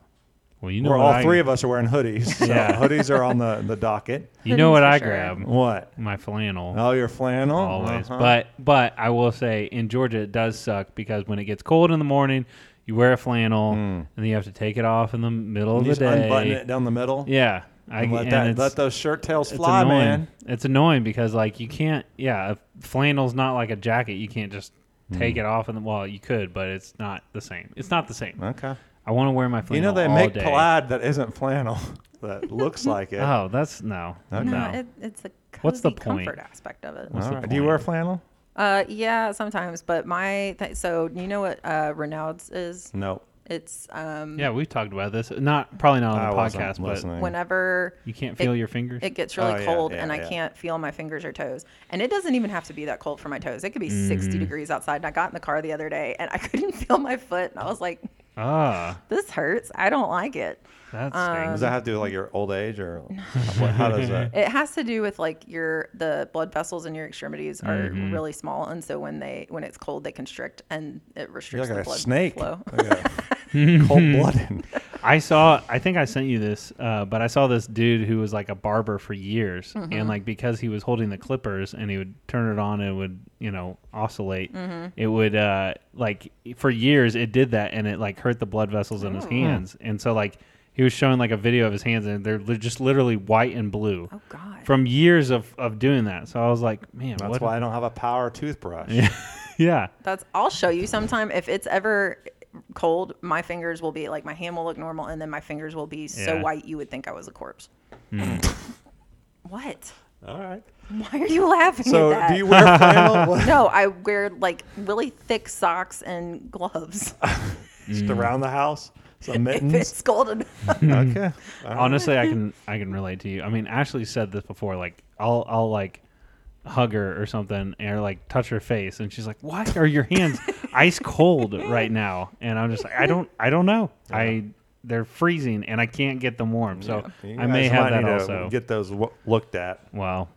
B: well, Mm. you know
A: We're
B: what
A: all
B: I-
A: three of us are wearing hoodies. So
B: Yeah.
A: hoodies are on the, the docket.
B: You know what
C: for
B: I
C: sure.
B: grab?
A: What?
B: My flannel.
A: Oh, your flannel.
B: always.
A: Uh-huh.
B: But but I will say in Georgia it does suck because when it gets cold in the morning, you wear a flannel and then you have to take it off in the middle of
A: Hmm. You
B: the
A: just
B: day.
A: unbutton it down the middle.
B: Yeah, I
A: And let
B: and
A: that
B: it's-
A: let those shirt tails
B: it's
A: fly,
B: annoying.
A: man.
B: It's annoying because like you can't. Yeah, a flannel's not like a jacket. You can't just
A: Hmm.
B: take it off and then- well, you could, but it's not the same. It's not the same.
A: Okay.
B: I want to wear my flannel.
A: You know they
B: all
A: make
B: day.
A: plaid that isn't flannel that looks like it.
B: Oh, that's no.
A: Okay.
B: No.
C: No, it, it's the cozy
B: What's the point?
C: comfort aspect of it.
B: What's
A: All
B: the
A: right. Do you
B: point?
A: wear flannel?
C: Uh, yeah, sometimes. But my th- so you know what uh, Renaud's is?
A: No.
C: It's um,
B: yeah, we've talked about this. Not probably not on
A: I
B: the
A: wasn't
B: podcast, but
A: listening.
C: whenever
B: you can't feel
C: It-
B: your fingers.
C: it gets really
A: Oh, yeah,
C: cold
A: yeah,
C: and I
A: yeah.
C: can't feel my fingers or toes. And it doesn't even have to be that cold for my toes. It could be 60 degrees outside. And I got in the car the other day and I couldn't feel my foot. And I was like,
B: ah,
C: this hurts. I don't like it.
B: that
C: Um,
A: Does
B: stings.
A: that have to do with like your old age or what, how does that?
C: It has to do with like your the blood vessels in your extremities are really small, and so when they when it's cold, they constrict and it
A: You're
C: restricts
A: like a
C: the blood
A: snake.
C: flow.
A: Like a cold blooded.
B: I saw. I think I sent you this, uh, but I saw this dude who was like a barber for years, and
C: Mm-hmm.
B: like because he was holding the clippers and he would turn it on, and it would you know oscillate.
C: Mm-hmm.
B: It would uh, like for years it did that, and it like hurt the blood vessels in his
C: Oh.
B: hands, and so like he was showing like a video of his hands, and they're li- just literally white and blue.
C: Oh God.
B: From years of, of doing that, so I was like, man,
A: That's
B: what?
A: why I don't have a power toothbrush.
B: yeah,
C: That's I'll show you sometime if it's ever cold. My fingers will be like my hand will look normal, and then my fingers will be so
B: Yeah.
C: white you would think I was a corpse.
A: Hmm.
C: what?
A: All right.
C: Why are you laughing
A: So
C: at that?
A: do you wear flannel? What-
C: no, I wear like really thick socks and gloves.
A: Just
B: Mm.
A: around the house? Some
C: if
A: mittens?
C: it's cold enough.
A: okay. All right.
B: Honestly, I can I can relate to you. I mean, Ashley said this before. Like, I'll I'll like hug her or something, or like touch her face, and she's like, "Why are your hands ice cold right now?" And I'm just like, "I don't I don't know. I they're freezing, and I can't get them warm. So
A: You
B: I may
A: guys
B: have
A: might
B: that
A: need to
B: also.
A: Get those w- looked at.
B: wow.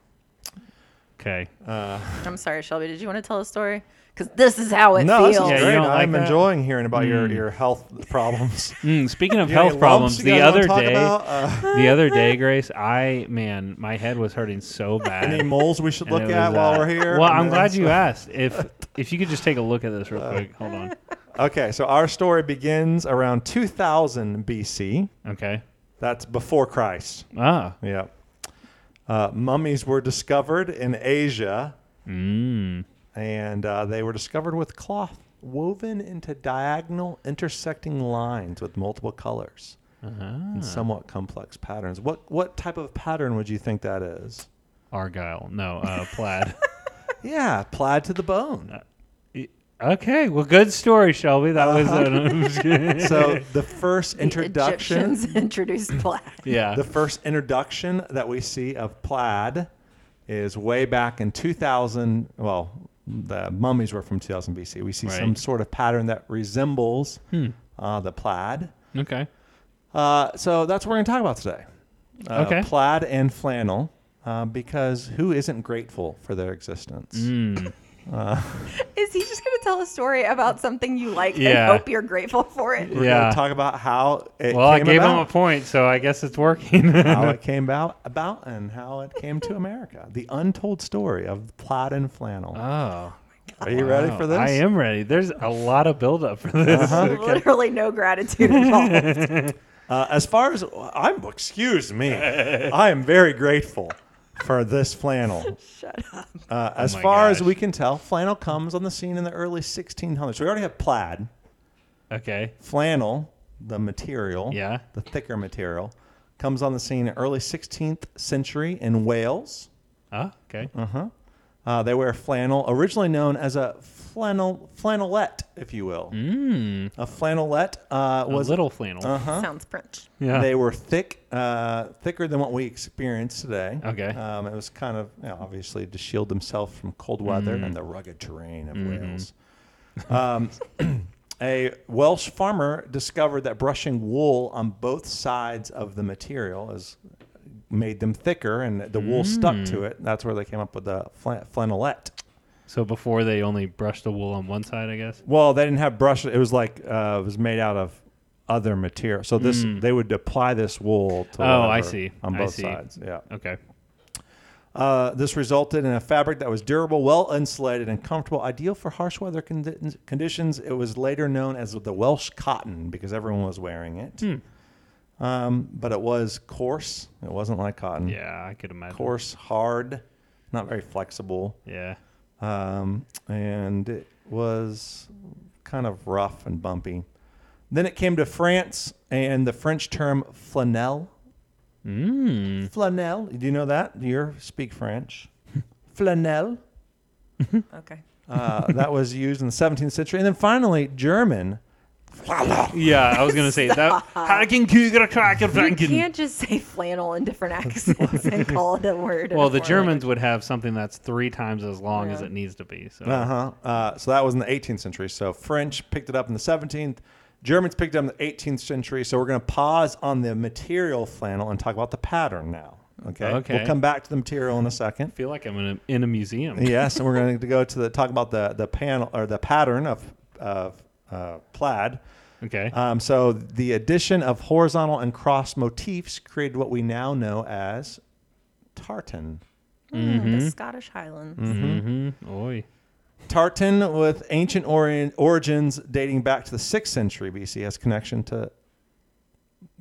B: Okay.
A: Uh,
C: I'm sorry, Shelby. Did you want to tell a story? Because this is how it
A: No, this
C: feels.
A: is
B: Yeah, you
A: great.
B: don't like
A: I'm
B: that?
A: enjoying hearing about your, your health problems.
B: Mm, speaking of
A: You got any
B: health problems,
A: lumps you guys
B: the
A: wanna
B: other
A: talk
B: day,
A: about? Uh,
B: the other day, Grace, I man, my head was hurting so bad.
A: any moles we should
B: And
A: look
B: it
A: at
B: was,
A: while
B: uh,
A: we're here?
B: Well,
A: And
B: I'm
A: then-
B: glad you asked. If if you could just take a look at this real
A: Uh.
B: quick. Hold on.
A: Okay, so our story begins around 2000 BC.
B: Okay.
A: That's before Christ.
B: Ah.
A: Yeah. Uh, mummies were discovered in Asia,
B: Mm.
A: and uh, they were discovered with cloth woven into diagonal intersecting lines with multiple colors and somewhat complex patterns. What what type of pattern would you think that is?
B: Argyle. No. Uh, plaid.
A: Yeah, plaid to the bone.
B: okay. Well, good story, Shelby. That was.
A: Uh-huh.
B: I'm just kidding.
A: So the first
C: The
A: introduction,
C: Egyptians introduced black.
B: yeah.
A: the first introduction that we see of plaid is way back in 2000 well the mummies were from 2000 bc we see some
B: Right. Hmm.
A: sort of pattern that resembles uh, the plaid
B: okay.
A: uh, so that's what we're going to talk about today uh,
B: Okay.
A: plaid and flannel uh, because who isn't grateful for their existence
B: Hmm.
C: Is he just going to tell a story about something you like
B: Yeah.
C: and hope you're grateful for it?
A: we're going
B: Yeah.
A: to talk about how it
B: Well, I
A: came
B: gave him a
A: about,
B: point, so I guess it's working.
A: how it came about, about and how it came to america the untold story of plaid and flannel
B: oh.
A: are you ready for this Uh-huh.
B: I am ready. There's a lot of buildup for this.
C: Literally no gratitude involved.
A: Uh, as far as I'm, excuse me, I am very grateful for this flannel.
C: Shut up.
A: Uh, as
B: Oh my
A: far as
B: gosh.
A: we can tell, flannel comes on the scene in the early 1600s. So we already have plaid,
B: Okay.
A: flannel, the material,
B: Yeah.
A: the thicker material, comes on the scene early 16th century in Wales.
B: Oh, okay.
A: Uh-huh. Uh, they wear flannel, originally known as a flannel flannelette, if you will.
B: Mm.
A: A flannelette uh,
B: A
A: was
B: little flannel.
C: Sounds French.
B: Oh, Yeah.
A: They were thick, uh, thicker than what we experience today.
B: Okay.
A: Um, it was kind of you know, obviously to shield themselves from cold weather
B: Mm.
A: and the rugged terrain of
B: Mm-hmm.
A: Wales. Um, a Welsh farmer discovered that brushing wool on both sides of the material is made them thicker, and the wool stuck
B: Mm.
A: to it. That's where they came up with the flan- flannelette.
B: so before they only brushed the wool on one side, I guess.
A: Well, they didn't have brush. It was like uh, it was made out of other material. So this they would apply this wool to.
B: Mm. Oh, I
A: whatever
B: see.
A: On
B: I
A: both
B: see.
A: sides, yeah.
B: Okay.
A: Uh, this resulted in a fabric that was durable, well insulated, and comfortable, ideal for harsh weather condi- conditions. It was later known as the Welsh cotton because everyone was wearing it. Um, but it was coarse. It wasn't like cotton.
B: Hmm. Yeah, I could imagine.
A: Coarse, hard, not very flexible
B: Yeah.
A: um, and it was kind of rough and bumpy. Then it came to France, and the French term flanelle. Mm. Flanelle. Do you know that? You speak French. flanelle.
C: Okay.
A: Uh, that was used in the 17th century. And then finally, German.
B: Yeah, I was gonna say that. Hagen Kuger Kraken
C: You can't just say flannel in different accents and call it a word. in
B: Well,
C: a
B: the
C: foreign
B: Germans would have something that's three times as long as
C: Yeah.
B: it needs to be. So
A: Uh-huh. Uh, so that was in the 18th century. So French picked it up in the 17th. Germans picked it up in the 18th century. So we're going to pause on the material flannel and talk about the pattern now. Okay.
B: Okay.
A: We'll come back to the material in a second.
B: I feel like I'm in a, in a museum.
A: yes, and we're going to go to the talk about the the panel or the pattern of of uh, plaid.
B: Okay.
A: Um, so the addition of horizontal and cross motifs created what we now know as tartan.
C: language. Mm, The Scottish Highlands.
B: mm-hmm. Oi.
A: Tartan, with ancient ori- origins dating back to the 6th century BC, has connection to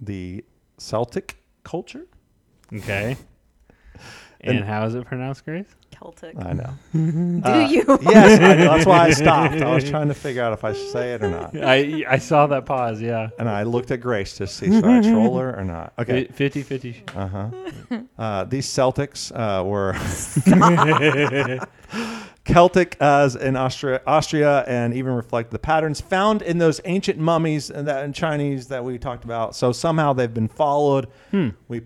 A: the Celtic culture.
B: Okay.
A: And-
B: and, how is it pronounced, Grace?
C: Celtic.
A: I know.
C: Do
B: Uh,
C: you?
A: yes, I know. that's why I stopped. I was trying to figure out if I should say it or not.
B: I I saw that pause. Yeah.
A: And I looked at Grace to see should I troll her or not. Okay.
B: 50 50.
A: Uh, these Celtics uh, were Celtic as in Austria, Austria, and even reflect the patterns found in those ancient mummies and that in Chinese that we talked about. So somehow they've been followed. We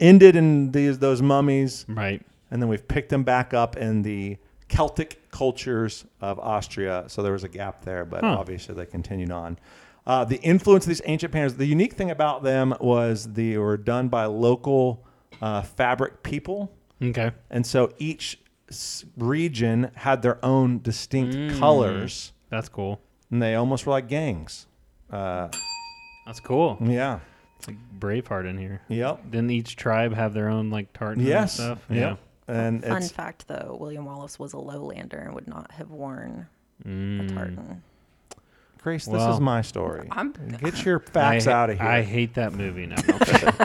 A: ended in these those mummies,
B: Right.
A: and then we've picked them back up in the Celtic cultures of Austria. So there was a gap there, but
B: Huh.
A: obviously they continued on. Uh, the influence of these ancient patterns. The unique thing about them was they were done by local uh, fabric people.
B: Okay.
A: And so each s- region had their own distinct
B: Mm.
A: colors,
B: That's cool.
A: and they almost were like gangs. Uh,
B: That's cool.
A: Yeah.
B: It's like Braveheart in here.
A: Yep.
B: Didn't each tribe have their own like tartan and
A: Yes.
B: stuff?
A: Yep. And
C: Fun
A: it's
C: fact, though, William Wallace was a lowlander and would not have worn
B: Mm.
C: a tartan.
A: Grace. This
B: Well,
A: is my story.
C: I'm-
A: Get your
B: I
A: facts
B: ha-
A: out of here.
B: I hate that movie now.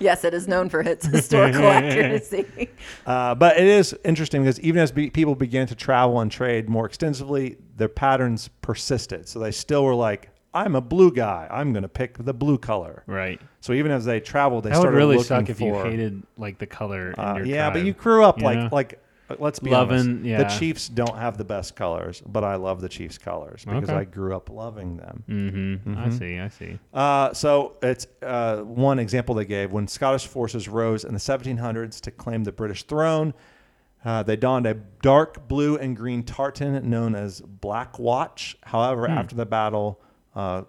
C: yes, it is known for its historical accuracy.
A: Uh, but it is interesting because even as be- people began to travel and trade more extensively, their patterns persisted. So they still were like, "I'm a blue guy. I'm going to pick the blue color."
B: right.
A: So even as they traveled, they
B: That would
A: started
B: really
A: looking
B: suck if you
A: for-
B: hated like the color in
A: Uh,
B: your
A: yeah, but
B: tribe.
A: you grew up
B: you
A: like
B: know?
A: like uh, let's be
B: Loving-
A: honest.
B: yeah.
A: The Chiefs don't have the best colors, but I love the Chiefs colors because
B: Okay.
A: I grew up loving them.
B: Mm-hmm. I see. I see.
A: Uh, so it's uh, one example they gave when Scottish forces rose in the 1700s to claim the British throne. Uh, they donned a dark blue and green tartan known as Black Watch. However, after the battle uh,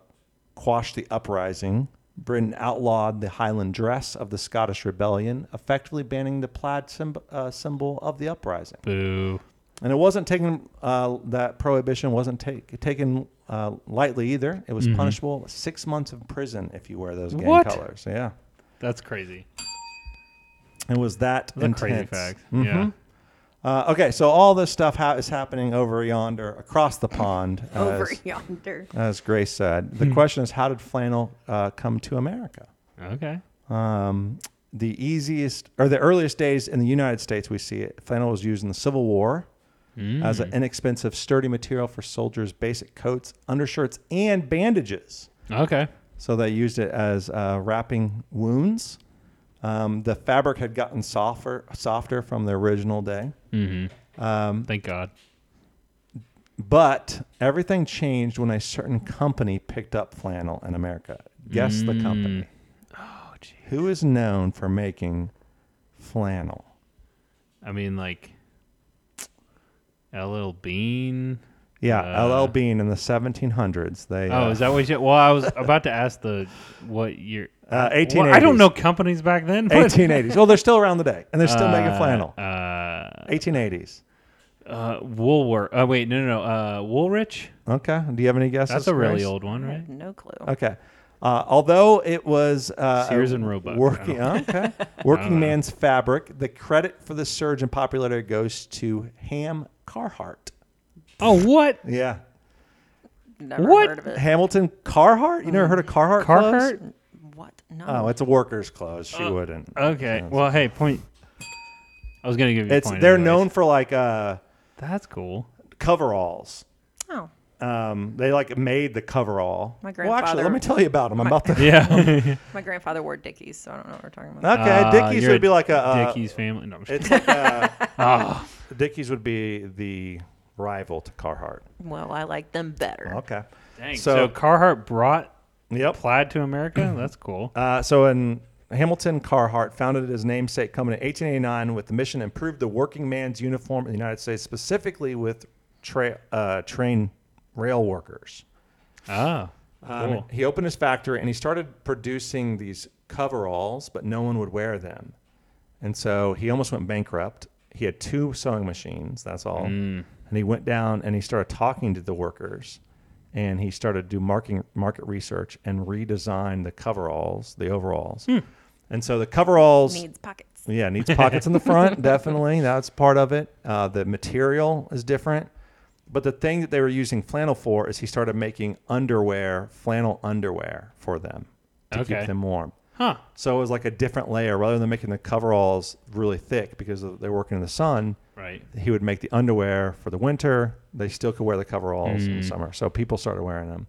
A: quashed the uprising, Britain outlawed the Highland dress of the Scottish Rebellion, effectively banning the plaid symb- uh, symbol of the uprising
B: Boo.
A: and it wasn't taken uh, that prohibition wasn't take, taken uh, lightly either. It was punishable with six months of prison if you wear those gang
B: What?
A: colors. Yeah,
B: That's crazy.
A: it was that
B: That's a
A: intense.
B: crazy fact. Yeah.
A: Mhm. Uh, okay, so all this stuff ha- is happening over yonder, across the pond.
B: Uh,
C: over
A: as-
C: yonder.
A: as Grace said. The question is, how did flannel uh, come to America?
B: Okay.
A: Um, the easiest or the earliest days in the United States, we see it. Flannel was used in the Civil War as an inexpensive, sturdy material for soldiers' basic coats, undershirts, and bandages.
B: Okay.
A: So they used it as uh, wrapping wounds. Um, the fabric had gotten softer, softer from the original day.
B: Thank God.
A: But everything changed when a certain company picked up flannel in America. Guess the company.
B: Oh, gee.
A: Who is known for making flannel?
B: I mean, like, LL Bean.
A: Yeah,
B: Uh,
A: LL Bean in the 1700s. They
B: Oh,
A: uh,
B: is that what you? Well, I was about to ask the what year.
A: uh,
B: Well, I don't
A: 1880s.
B: know companies back then. but-
A: 1880s. Well, Oh, they're still around today, and they're still making flannel.
B: Uh,
A: 1880s.
B: uh, Woolworth. Oh, wait, no, no, no. Uh, Woolrich.
A: Okay. Do you have any guesses?
B: That's a really
A: Grace?
B: old one,
C: I
B: right?
C: have no clue.
A: Okay. Uh, although it was uh,
B: Sears
A: a
B: and Roebuck.
A: working, okay,
B: Uh-huh.
A: working man's fabric, the credit for the surge in popularity goes to Ham Carhart.
B: Oh, what?
A: Yeah,
C: Never
B: What?
C: heard of it.
A: Hamilton Carhart. You never heard of Carhart? clothes?
B: Carhartt.
C: What? No.
A: Oh, it's a worker's clothes.
B: Uh,
A: She wouldn't.
B: Okay. Well, hey, point. I was gonna give you. a
A: it's
B: point
A: they're
B: anyways.
A: known for like uh,
B: That's cool.
A: coveralls.
C: oh.
A: Um, they like made the coverall. Well,
C: My
A: actually,
C: grandfather-
A: let me tell you about them. I'm about the
B: Yeah.
C: My grandfather wore Dickies, so I don't know what we're talking about.
A: okay.
B: Uh,
A: Dickies
B: you're
A: would be like a uh,
B: Dickies family. No, I'm just
A: It's like a, Dickies would be the rival to Carhartt.
C: Well, I like them better.
A: Okay.
B: Dang.
A: So-
B: So, Carhartt brought
A: Yep.
B: plaid to America. That's cool.
A: Uh, so in Hamilton Carhart founded his namesake company in 1889 with the mission to improve the working man's uniform in the United States, specifically with tra- uh, train rail workers.
B: Oh,
A: Um,
B: cool.
A: He opened his factory and he started producing these coveralls, but no one would wear them. And so he almost went bankrupt. He had two sewing machines, that's all. And he went down and he started talking to the workers and he started to do marking, market research and redesigned the coveralls, the overalls. And so the coveralls
C: Needs pockets.
A: yeah, it needs pockets in the front, definitely. That's part of it. Uh, the material is different. But the thing that they were using flannel for is he started making underwear, flannel underwear for them to
B: Okay.
A: keep them warm.
B: Huh.
A: So it was like a different layer rather than making the coveralls really thick because of- they're working in the sun.
B: Right.
A: He would make the underwear for the winter. They still could wear the coveralls in the summer. So people started wearing them.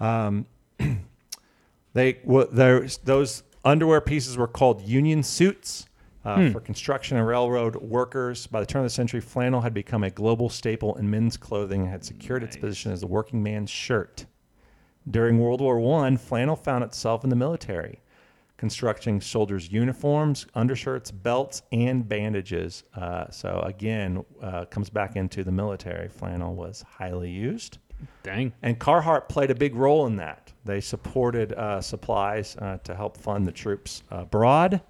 A: Um, they wa- there's- those underwear pieces were called union suits uh, for construction and railroad workers. By the turn of the century, flannel had become a global staple in men's clothing and had secured its position as the working man's shirt. During World War One, flannel found itself in the military, constructing soldiers' uniforms, undershirts, belts, and bandages. Uh, so again, uh, comes back into the military. Flannel was highly used.
B: Dang.
A: And Carhartt played a big role in that. They supported uh, supplies uh, to help fund the troops uh, abroad.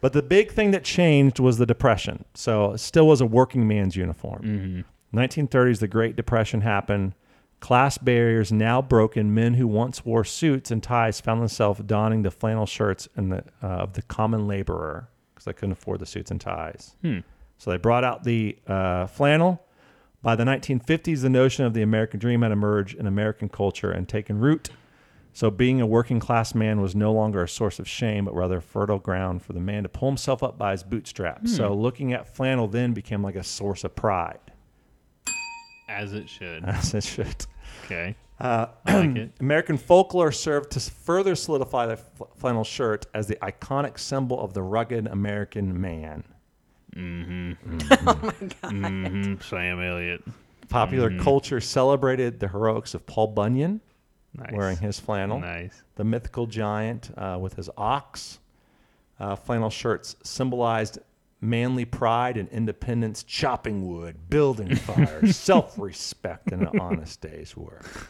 A: But the big thing that changed was the Depression. So it still was a working man's uniform. 1930s, the Great Depression happened. Class barriers now broken. Men who once wore suits and ties found themselves donning the flannel shirts and the, uh, of the common laborer because they couldn't afford the suits and ties. So they brought out the uh, flannel. By the 1950s, the notion of the American dream had emerged in American culture and taken root. So being a working class man was no longer a source of shame, but rather fertile ground for the man to pull himself up by his bootstraps. So looking at flannel then became like a source of pride.
B: As it should.
A: As it should.
B: Okay.
A: Uh,
B: I like it.
A: American folklore served to further solidify the fl- flannel shirt as the iconic symbol of the rugged American man.
B: Mhm, Sam Elliott.
A: Popular
B: Mm.
A: culture celebrated the heroics of Paul Bunyan
B: Nice.
A: wearing his flannel.
B: Nice.
A: the mythical giant uh, with his ox. Uh, flannel shirts symbolized manly pride and independence, chopping wood, building fires, self respect, and an honest day's work.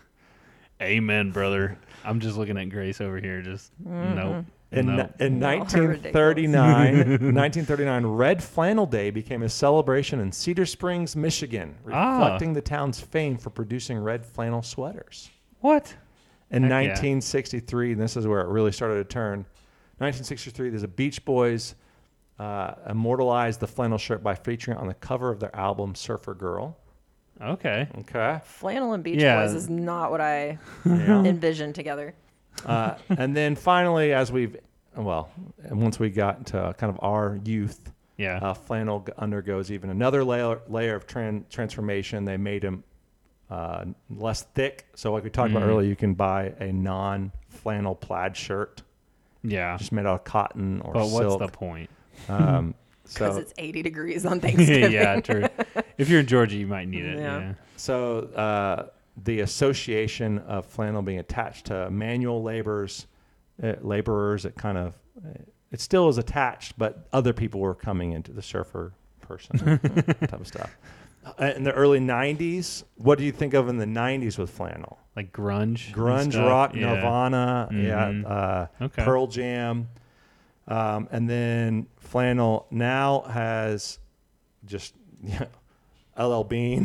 B: Amen, brother. I'm just looking at Grace over here. Just
A: Mm-hmm.
B: nope.
A: In,
B: nope.
A: in
C: No,
A: 1939, 1939, Red Flannel Day became a celebration in Cedar Springs, Michigan,
B: Ah.
A: reflecting the town's fame for producing red flannel sweaters.
B: What?
A: In
B: Heck yeah.
A: 1963, and this is where it really started to turn. 1963, there's a Beach Boys uh, immortalized the flannel shirt by featuring it on the cover of their album Surfer Girl.
B: Okay.
A: Okay.
C: Flannel and Beach
B: Yeah.
C: Boys is not what I
A: Yeah.
C: envisioned together.
A: uh, and then finally, as we've well, and once we got to kind of our youth,
B: Yeah.
A: uh, flannel g- undergoes even another layer layer of tran- transformation. They made him uh, less thick, so like we talked
B: Mm-hmm.
A: about earlier, you can buy a non flannel plaid shirt
B: yeah.
A: just made out of cotton or
B: But what's
A: silk.
B: the point?
A: um,
C: Because
A: so
C: it's 80 degrees on Thanksgiving.
B: yeah, true. If you're in Georgia, you might need it.
C: Yeah.
B: Yeah.
A: so uh, the association of flannel being attached to manual laborers, uh, laborers, it kind of uh, it still is attached, but other people were coming into the surfer person type of stuff. Uh, In the early '90s, what do you think of in the '90s with flannel?
B: Like grunge. and
A: grunge
B: stuff.
A: rock,
B: Yeah.
A: Nirvana,
B: Mhm.
A: yeah, uh,
B: Okay.
A: Pearl Jam, um, and then Flannel now has just yeah, LL Bean.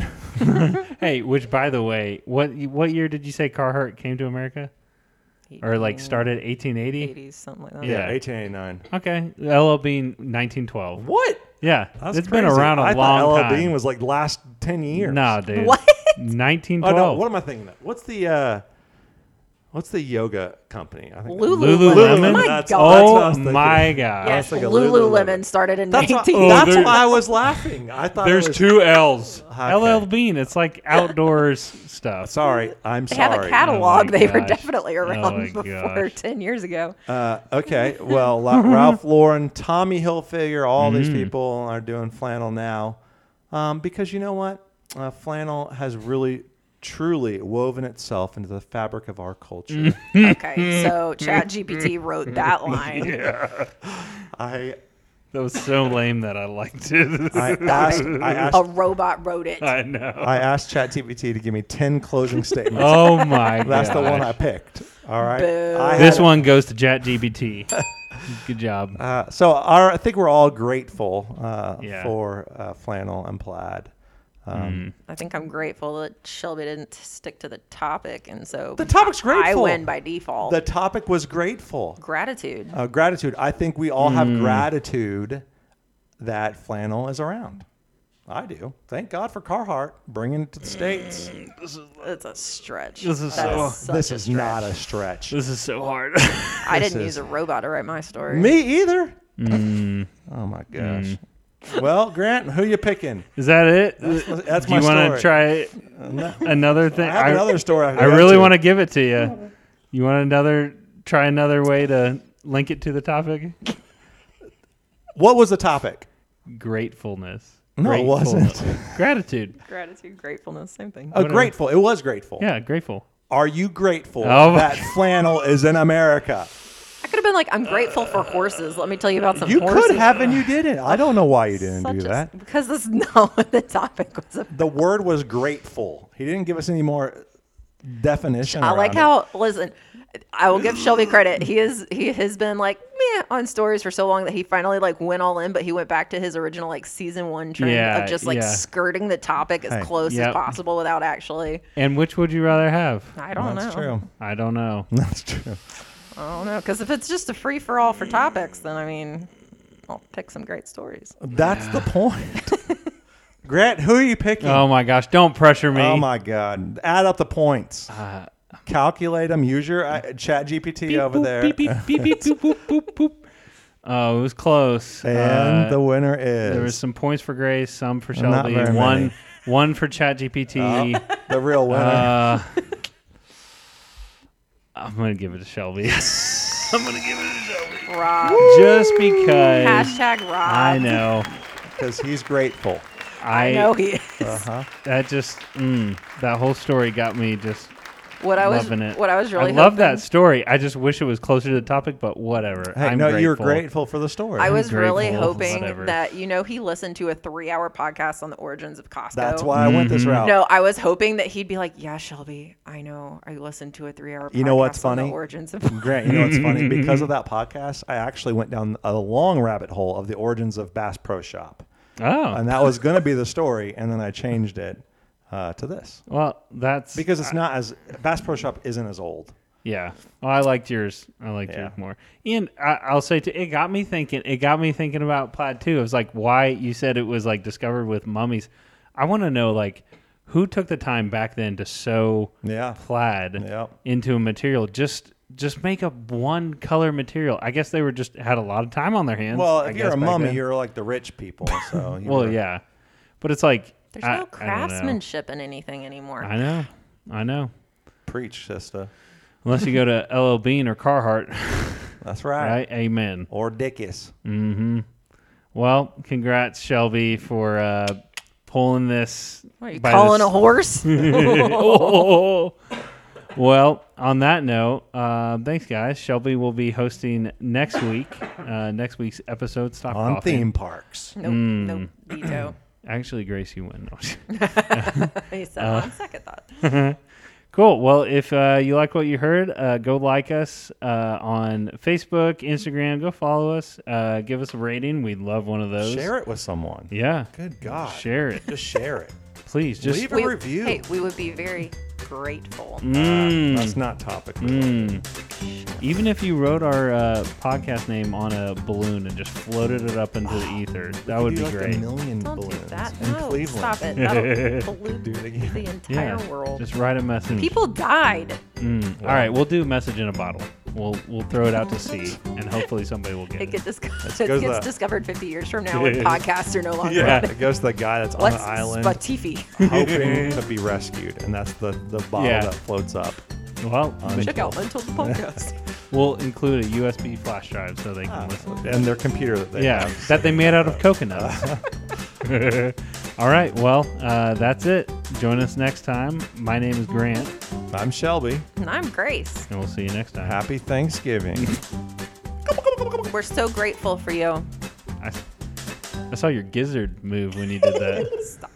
B: Hey, which by the way, what what year did you say Carhartt came to America? Or
C: Uh,
B: like started 1880?
C: 80s, something like that.
B: Yeah.
A: Yeah, 1889.
B: Okay. LL Bean 1912.
A: What?
B: Yeah.
D: That's
B: it's been
D: crazy.
B: around a
A: I
B: long
A: thought LL
B: time.
A: Bean was like last 10 years.
B: Nah, dude.
C: What?
B: 1912.
A: Oh no, what am I thinking? Of? What's the uh, what's the yoga company? I think
C: Lulu.
B: Lululemon?
C: My
A: That's-
C: God.
A: that's what I
B: oh
A: was thinking.
B: my god.
C: Yes,
A: like a
C: Lululemon,
A: Lululemon.
C: started in
A: That's,
C: 19.
A: why,
B: Oh,
A: that's
B: there-
A: why I was laughing. I thought it
B: There's
A: was-
B: two L's.
A: Okay.
B: LL Bean. It's like outdoors stuff.
A: Sorry, I'm
C: They
A: sorry.
C: have a catalog. they were
B: Oh gosh. Oh
C: definitely around
B: my
C: before
B: gosh.
C: 10 years ago.
A: Uh, okay. Well, La- Ralph Lauren, Tommy Hilfiger, all these
B: Mm.
A: people are doing flannel now, um, because you know what? Uh, flannel has really, truly woven itself into the fabric of our
B: Mm.
A: culture.
C: okay, so ChatGPT wrote that line.
A: I,
B: That was so lame that I liked it.
A: I asked, I
C: A
A: asked,
C: robot wrote it.
B: I know.
A: I asked ChatGPT to give me ten closing statements.
B: Oh my god.
A: That's the one I picked. All right.
C: Boo.
A: I
B: This
A: had-
B: one goes to ChatGPT. Good job.
A: Uh, so our, I think we're all grateful uh,
B: Yeah.
A: for uh, flannel and plaid.
C: I think I'm grateful that Shelby didn't stick to the topic, and so
A: The topic's
C: I
A: grateful.
C: win by default.
A: The topic was grateful.
C: Gratitude.
A: uh, gratitude. I think we all
B: Hmm.
A: have gratitude that flannel is around. I do. Thank God for Carhartt bringing it to the states.
C: It's a stretch.
B: This is
C: That
B: so-
C: such
A: this
C: a
A: is
C: stretch.
A: not a stretch.
B: This is so hard.
C: I didn't
A: is-
C: use a robot to write my story.
A: Me either.
B: Mm.
A: Oh my gosh. Well, Grant, who you picking?
B: Is that it?
A: That's
B: Do
A: my
B: you want
A: story. Uh,
B: to try another thing?
A: I have another story.
B: I really want to give it to you. You want another? Try another way to link it to the topic.
A: What was the topic?
B: Gratefulness.
A: No, it wasn't.
B: Gratefulness. Gratitude.
C: Gratitude, gratefulness, same thing.
A: Oh, grateful. It was grateful.
B: Yeah, grateful.
A: Are you grateful
B: Oh my
A: that flannel is in America?
C: I could have been like, I'm grateful for horses. Let me tell you about some
A: You
C: horses.
A: could have and you didn't. I don't know why you didn't
C: Such
A: do
C: a-
A: that.
C: because this is not what the topic was about.
A: The word was grateful. He didn't give us any more definition.
C: I like
A: around it.
C: how listen. I will give Shelby credit. He is he has been like meh on stories for so long that he finally like went all in, but he went back to his original like season one trend
B: Yeah,
C: of just like
B: yeah.
C: skirting the topic as
A: Hey.
C: close
B: Yep.
C: as possible without actually.
B: And which would you rather have?
C: I don't
A: That's
C: know.
A: true.
B: I don't know.
A: That's true.
C: I don't know because if it's just a free for all for topics, then I mean, I'll pick some great stories.
A: That's the point. Grant, who are you picking?
B: Oh my gosh! Don't pressure me. Ah. Uh,
A: Oh my God! Add up the points. Calculate them. Use your uh, Chat GPT
B: Beep,
A: over
B: boop,
A: there.
B: Beep beep beep beep boop boop boop boop. Oh, it was close.
A: And
B: Uh,
A: the winner is
B: there was some points for Grace, some for
A: Not
B: Shelby,
A: very
B: one
A: many. Oh.
B: one for ChatGPT.
A: the real winner.
B: Uh, I'm gonna give it to Shelby. I'm gonna give it to Shelby
C: Rob,
B: just because
C: hashtag Rob.
B: I know.
A: because he's grateful.
B: I,
C: I know he is.
B: that just mm, that whole story got me just
C: What I was
B: loving it.
C: what I was really
B: I love
C: hoping-
B: that story. I just wish it was closer to the topic, but whatever.
A: Hey,
B: I'm
A: no,
B: grateful.
A: you're grateful for the story.
C: I was really
B: grateful,
C: hoping
B: whatever.
C: that you know he listened to a three-hour podcast on the origins of Costco.
A: That's why I went
B: Mm-hmm.
A: this route.
C: No, I was hoping that he'd be like, "Yeah, Shelby, I know. I listened to a three-hour.
A: You know what's
C: podcast on the
A: funny?
C: origins of
A: Grant, you know what's funny? Because of that podcast, I actually went down a long rabbit hole of the origins of Bass Pro Shop,
B: Oh,
A: and that was going to be the story, and then I changed it uh, to this
B: well, that's
A: because it's not as Bass Pro Shop isn't as old.
B: Yeah. Well, I liked yours. I liked
A: Yeah.
B: yours more. And I, I'll say, too, it got me thinking. It got me thinking about plaid too. It was like, why you said it was like discovered with mummies. I want to know like who took the time back then to sew
A: Yeah.
B: plaid
A: Yep.
B: into a material. Just just make up one color material. I guess they were just had a lot of time on their hands.
A: Well,
B: I
A: if you're
B: guess,
A: a
B: back
A: mummy,
B: then.
A: you're like the rich people. So you
B: well,
A: were-
B: yeah. But it's like
C: There's
B: I-
C: no craftsmanship in anything anymore.
B: I, don't know. I know. I know.
A: preach, sister.
B: Unless you go to LL Bean or Carhartt,
A: That's right.
B: right? Mm-hmm. Amen.
A: Or Dickus.
B: Well, congrats, Shelby, for uh, pulling this.
C: What, are you
B: by the
C: calling a
B: s-
C: horse?
B: Oh. Well, on that note, uh, thanks, guys. Shelby will be hosting next week. Uh, next week's episode, Stop
A: On
B: Coughing.
A: theme parks.
C: nope, nope,
B: Hmm.
C: veto.
B: Actually, Grace, you win.
C: He said
B: Uh,
C: on second thought.
B: cool. Well, if uh, you like what you heard, uh, go like us uh, on Facebook, Instagram. Go follow us. Uh, give us a rating. We'd love one of those.
A: Share it with someone.
B: Yeah.
A: Good God.
B: Share it.
A: Just share it.
B: Please just
A: Leave a review.
C: Hey, we would be very grateful.
B: Mm.
A: Uh, That's not topic.
B: Even if you wrote our uh, podcast name on a balloon and just floated it up into the ether, that would
A: do
B: be
A: like
B: great.
A: A million
C: Don't do
A: balloons
C: that.
A: in
C: No,
A: Cleveland.
C: stop it. That'll pollute
A: Do it again.
C: the entire world.
B: just write a message.
C: People died.
B: Mm. All right, we'll do a message in a bottle. We'll we'll throw it out to sea, and hopefully somebody will get
C: It,
B: it.
C: get disco-
A: go
C: it
A: to
C: gets
A: the-
C: discovered 50 years from now when podcasts are no longer.
A: Yeah,
B: Yeah.
A: it goes to the guy that's on
C: What's
A: the island
C: Spatifi?
A: hoping to be rescued, and that's the, the bottle
B: Yeah.
A: that floats up.
B: Well,
C: Check out Mental the Podcast.
B: we'll include a USB flash drive so they can
A: Ah.
B: listen.
A: And their computer that they
B: Yeah,
A: have.
B: that they made out of coconuts. All right, well, uh, that's it. Join us next time. My name is Grant,
A: I'm Shelby.
C: and I'm Grace.
B: and we'll see you next time.
A: Happy Thanksgiving.
C: We're so grateful for you.
B: I, I saw your gizzard move when you did that.
C: Stop.